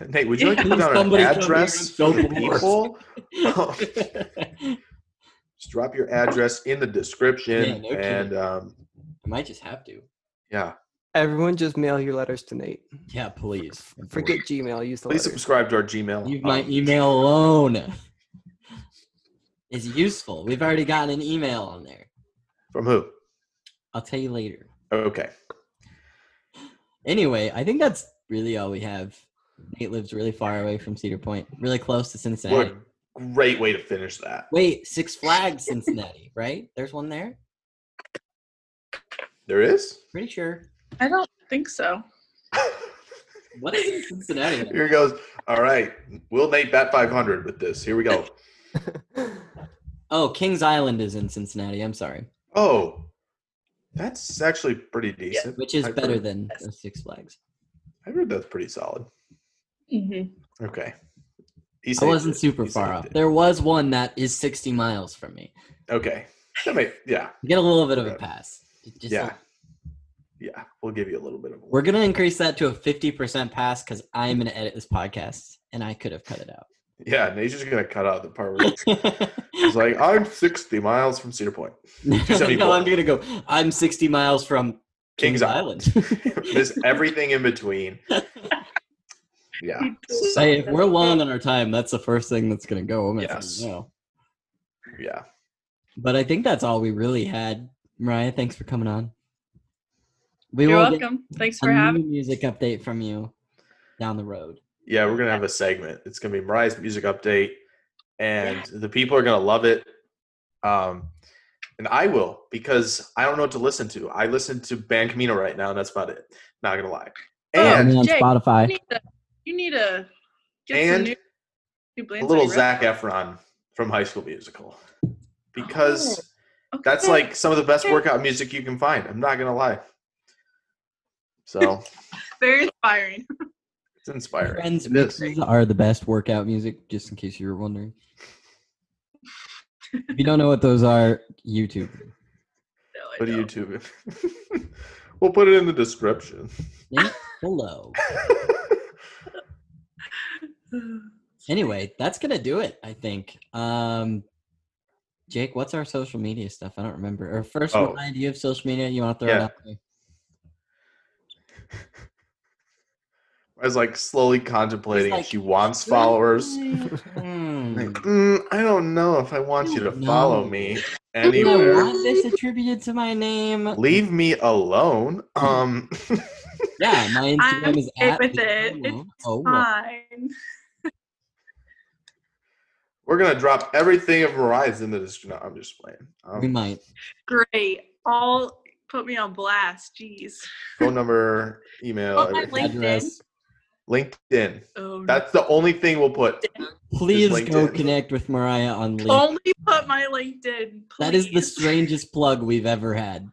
[SPEAKER 7] Nate, would you like to
[SPEAKER 5] Yeah,
[SPEAKER 7] put down an
[SPEAKER 5] somebody's gonna be
[SPEAKER 7] address
[SPEAKER 5] so
[SPEAKER 7] for the
[SPEAKER 5] bored.
[SPEAKER 7] people? Oh.
[SPEAKER 5] (laughs)
[SPEAKER 7] Just drop your address in the
[SPEAKER 5] Yeah,
[SPEAKER 7] description,
[SPEAKER 5] no
[SPEAKER 7] and
[SPEAKER 5] kidding.
[SPEAKER 7] um,
[SPEAKER 5] I might just have to.
[SPEAKER 7] yeah,
[SPEAKER 6] (laughs) Everyone just mail your letters to Nate.
[SPEAKER 5] Yeah, please.
[SPEAKER 6] Forget Gmail. Use the
[SPEAKER 7] please
[SPEAKER 6] letters.
[SPEAKER 7] subscribe to our Gmail.
[SPEAKER 5] Leave my
[SPEAKER 7] Um,
[SPEAKER 5] email alone. (laughs) Is useful. We've already gotten an email on there.
[SPEAKER 7] from who?
[SPEAKER 5] I'll tell you later.
[SPEAKER 7] Okay,
[SPEAKER 5] Anyway, I think that's really all we have. Nate lives really far away from Cedar Point, really close to Cincinnati.
[SPEAKER 7] what a great way to finish that.
[SPEAKER 5] Wait, Six Flags Cincinnati, (laughs) right? There's one there?
[SPEAKER 7] There is.
[SPEAKER 5] Pretty sure.
[SPEAKER 8] I don't think so.
[SPEAKER 5] What is in
[SPEAKER 7] (laughs)
[SPEAKER 5] Cincinnati?
[SPEAKER 7] Here goes. All right. Will Nate bat 500 with this? Here
[SPEAKER 5] (laughs)
[SPEAKER 7] we go.
[SPEAKER 5] Oh, Kings Island is in Cincinnati. I'm sorry.
[SPEAKER 7] Oh, that's actually pretty decent.
[SPEAKER 5] Which is
[SPEAKER 7] I've
[SPEAKER 5] better
[SPEAKER 7] heard-
[SPEAKER 5] than the Six Flags.
[SPEAKER 7] I heard that's pretty solid.
[SPEAKER 8] Mhm.
[SPEAKER 7] Okay. He
[SPEAKER 5] I
[SPEAKER 7] saved
[SPEAKER 5] wasn't
[SPEAKER 7] it.
[SPEAKER 5] super
[SPEAKER 7] He
[SPEAKER 5] far
[SPEAKER 7] saved
[SPEAKER 5] off.
[SPEAKER 7] it.
[SPEAKER 5] There was one that is 60 miles from me.
[SPEAKER 7] Okay. That may- yeah.
[SPEAKER 5] Get a little bit of a
[SPEAKER 7] Right.
[SPEAKER 5] pass. Just a-
[SPEAKER 7] Yeah. Yeah. We'll give you a little bit of a
[SPEAKER 5] we're going to increase that to a 50% pass because I'm going to edit this podcast and I could have cut it out.
[SPEAKER 7] (laughs) Yeah. Nate's just going to cut out the part where
[SPEAKER 5] (laughs)
[SPEAKER 7] it's like, I'm 60 miles from Cedar Point.
[SPEAKER 5] no,
[SPEAKER 7] 274.
[SPEAKER 5] I'm going to go, I'm 60 miles from Kings,
[SPEAKER 7] Kings
[SPEAKER 5] Island.
[SPEAKER 7] (laughs) Miss everything in between. Yeah.
[SPEAKER 5] (laughs) Hey, if we're long on our time, that's the first thing that's going to go. I'm gonna say
[SPEAKER 7] Yes.
[SPEAKER 5] no.
[SPEAKER 7] Yeah.
[SPEAKER 5] But I think that's all we really had. Mariah, thanks for coming on. We
[SPEAKER 8] You're
[SPEAKER 5] will get
[SPEAKER 8] welcome. Thanks for
[SPEAKER 5] a
[SPEAKER 8] having.
[SPEAKER 5] new music update from you down the road.
[SPEAKER 7] Yeah, we're gonna have a segment. It's gonna be Mariah's music update, and the people are gonna love it. Um, and I will because I don't know what to listen to. I listen to Ban Camino right now, and that's about it. Not gonna lie.
[SPEAKER 8] Oh,
[SPEAKER 5] Only
[SPEAKER 7] And
[SPEAKER 5] on
[SPEAKER 8] Jake, You
[SPEAKER 5] Spotify.
[SPEAKER 8] need to, you need to get some
[SPEAKER 7] And
[SPEAKER 8] new, new
[SPEAKER 7] a
[SPEAKER 8] Blanchett
[SPEAKER 7] little
[SPEAKER 8] rep-
[SPEAKER 7] Zach Efron from High School Musical, because
[SPEAKER 8] Okay.
[SPEAKER 7] that's like some of the best
[SPEAKER 8] Okay.
[SPEAKER 7] workout music you can find. I'm not gonna lie. So
[SPEAKER 8] (laughs) very inspiring. (laughs)
[SPEAKER 7] it's inspiring.
[SPEAKER 5] Friends
[SPEAKER 7] It is.
[SPEAKER 5] mixes are the best workout music, just in case you were
[SPEAKER 8] (laughs)
[SPEAKER 5] wondering. if you don't know what those are, YouTube.
[SPEAKER 8] No, I
[SPEAKER 7] Go to
[SPEAKER 8] don't.
[SPEAKER 7] YouTube. (laughs) we'll put it in the description. (laughs)
[SPEAKER 5] Link below.
[SPEAKER 8] (sighs)
[SPEAKER 5] Anyway, that's gonna do it, I think. Um Jake, what's our social media stuff? I don't remember. Or first
[SPEAKER 7] Oh.
[SPEAKER 5] Mariah, do you have social media you want to throw it
[SPEAKER 7] Yeah.
[SPEAKER 5] out there?
[SPEAKER 7] I was like slowly contemplating
[SPEAKER 5] He's like,
[SPEAKER 7] if she wants followers.
[SPEAKER 5] Hmm.
[SPEAKER 7] Like, mm, I don't know if I want you to
[SPEAKER 5] don't
[SPEAKER 7] follow
[SPEAKER 5] know.
[SPEAKER 7] me
[SPEAKER 5] Do I
[SPEAKER 7] anywhere.
[SPEAKER 5] want this attributed to my name?
[SPEAKER 7] Leave me alone. Um,
[SPEAKER 5] Yeah, my Instagram
[SPEAKER 8] (laughs) I'm
[SPEAKER 5] is
[SPEAKER 8] okay
[SPEAKER 5] at
[SPEAKER 8] with
[SPEAKER 5] Big
[SPEAKER 8] it.
[SPEAKER 5] Mama.
[SPEAKER 8] It's
[SPEAKER 5] Oh, well.
[SPEAKER 8] Fine.
[SPEAKER 7] we're gonna drop everything of Mariah's in the description. No, I'm just playing.
[SPEAKER 5] we
[SPEAKER 7] Um,
[SPEAKER 5] might.
[SPEAKER 8] Great. All put me on blast. Jeez.
[SPEAKER 7] phone number, email,
[SPEAKER 8] Oh, my
[SPEAKER 7] everything.
[SPEAKER 8] LinkedIn.
[SPEAKER 5] Address.
[SPEAKER 7] LinkedIn.
[SPEAKER 8] Oh, no.
[SPEAKER 7] That's the only thing we'll put.
[SPEAKER 5] Please go
[SPEAKER 7] LinkedIn.
[SPEAKER 5] connect with Mariah on LinkedIn.
[SPEAKER 8] only put my LinkedIn. Please.
[SPEAKER 5] That is the strangest plug we've ever had.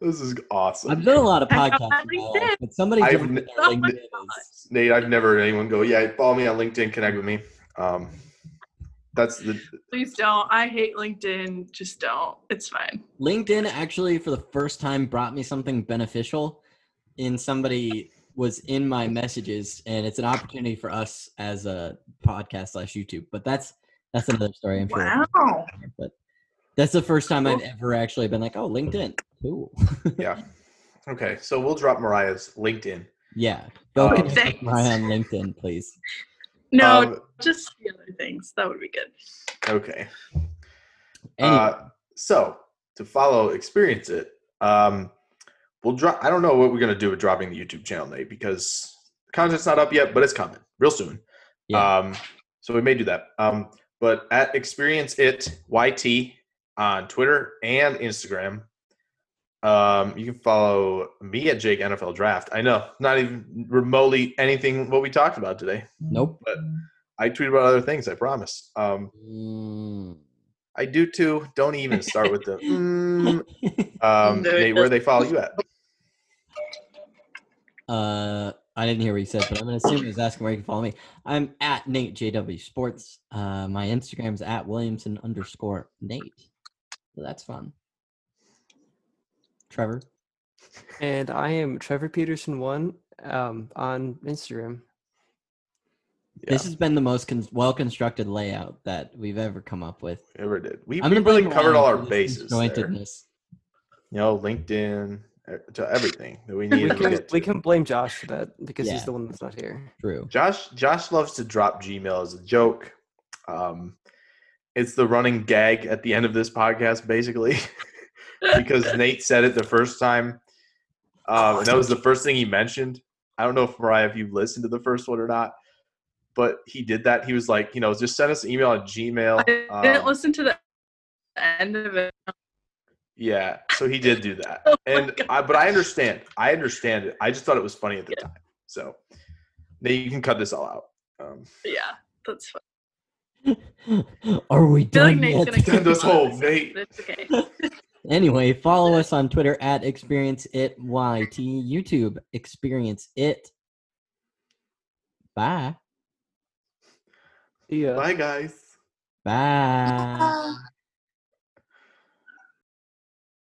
[SPEAKER 7] This is
[SPEAKER 5] I've
[SPEAKER 7] awesome.
[SPEAKER 5] done a lot of
[SPEAKER 8] I got
[SPEAKER 5] podcasts,
[SPEAKER 8] my
[SPEAKER 5] in my
[SPEAKER 8] LinkedIn.
[SPEAKER 5] life, but somebody (laughs)
[SPEAKER 7] I've
[SPEAKER 5] told me
[SPEAKER 7] n-
[SPEAKER 5] that
[SPEAKER 8] Oh my
[SPEAKER 5] LinkedIn is.
[SPEAKER 7] Nate, I've never heard anyone go, yeah, follow me on LinkedIn, connect with me. Um, that's the
[SPEAKER 8] Please don't. I hate LinkedIn. Just don't. It's fine.
[SPEAKER 5] LinkedIn actually, for the first time, brought me something beneficial. In somebody was in my messages, and it's an opportunity for us as a podcast slash YouTube. But that's that's another story. I'm sure.
[SPEAKER 8] Wow.
[SPEAKER 5] But That's the first time I've ever actually been like, oh, LinkedIn. Cool.
[SPEAKER 7] Yeah. Okay, so we'll drop Mariah's LinkedIn.
[SPEAKER 5] yeah. Go
[SPEAKER 7] Oh,
[SPEAKER 5] connect with
[SPEAKER 8] thanks.
[SPEAKER 5] Mariah on LinkedIn, please.
[SPEAKER 8] No,
[SPEAKER 7] Um,
[SPEAKER 8] just the other things. That would be good.
[SPEAKER 7] okay.
[SPEAKER 5] Anyway,
[SPEAKER 7] Uh, so to follow, experience it. Um, we'll drop. I don't know what we're gonna do with dropping the YouTube channel, Nate, because the content's not up yet, but it's coming real soon.
[SPEAKER 5] Yeah.
[SPEAKER 7] Um, so we may do that. Um, but at experience it yt on Twitter and Instagram. Um, you can follow me at Jake NFL Draft. I know, not even remotely anything what we talked about today.
[SPEAKER 5] nope.
[SPEAKER 7] I tweet about other things. I promise. Um,
[SPEAKER 5] (laughs) Mm.
[SPEAKER 7] I do too. Don't even start
[SPEAKER 5] (laughs)
[SPEAKER 7] with the. Mm, um,
[SPEAKER 8] No, it
[SPEAKER 7] Nate, where they follow you at?
[SPEAKER 5] Uh, I didn't hear what he said, but I'm gonna assume he was asking where you can follow me. I'm at Nate JW Sports. Uh, my Instagram's at Williamson underscore Nate. So that's fun. Trevor,
[SPEAKER 6] (laughs) And I am Trevor Peterson one um, on Instagram.
[SPEAKER 7] Yeah,
[SPEAKER 5] this has been the most con- well constructed layout that we've ever come up with.
[SPEAKER 7] ever did. We,
[SPEAKER 5] I'm
[SPEAKER 7] we
[SPEAKER 5] gonna
[SPEAKER 7] really
[SPEAKER 5] blame
[SPEAKER 7] covered
[SPEAKER 5] Ryan
[SPEAKER 7] all
[SPEAKER 5] for
[SPEAKER 7] our
[SPEAKER 5] this
[SPEAKER 7] bases. There. You
[SPEAKER 5] disjointedness.
[SPEAKER 7] know, LinkedIn, e- to everything that we
[SPEAKER 6] We
[SPEAKER 7] needed to
[SPEAKER 6] can,
[SPEAKER 7] get.
[SPEAKER 6] we
[SPEAKER 7] to.
[SPEAKER 6] can blame Josh for that because
[SPEAKER 5] Yeah.
[SPEAKER 6] he's the one that's not here.
[SPEAKER 5] True. (laughs)
[SPEAKER 7] Josh Josh loves to drop Gmail as a joke. Um, it's the running gag at the end of this podcast, basically, (laughs) because Nate said it the first time, um, and that was the first thing he mentioned. I don't know if Mariah, if you listened to the first one or not, but he did that. He was like, you know, just send us an email at Gmail.
[SPEAKER 8] I didn't
[SPEAKER 7] um,
[SPEAKER 8] listen to the end of it.
[SPEAKER 7] Yeah, so he did do that,
[SPEAKER 8] (laughs) Oh my
[SPEAKER 7] and
[SPEAKER 8] God.
[SPEAKER 7] I, but I understand. I understand it. I just thought it was funny at the time. So now you can cut this all out. Um,
[SPEAKER 8] Yeah, that's fine.
[SPEAKER 5] Are we
[SPEAKER 8] I feel like
[SPEAKER 5] done
[SPEAKER 8] Nate's
[SPEAKER 5] yet?
[SPEAKER 8] gonna
[SPEAKER 5] (laughs)
[SPEAKER 7] Send
[SPEAKER 8] kill
[SPEAKER 7] us
[SPEAKER 8] me on
[SPEAKER 7] home,
[SPEAKER 8] this,
[SPEAKER 7] Nate.
[SPEAKER 8] but It's okay.
[SPEAKER 5] Anyway, follow us on Twitter at Experience It YT, YouTube Experience It. Bye.
[SPEAKER 6] Yeah. uh,
[SPEAKER 7] bye, guys.
[SPEAKER 5] Bye.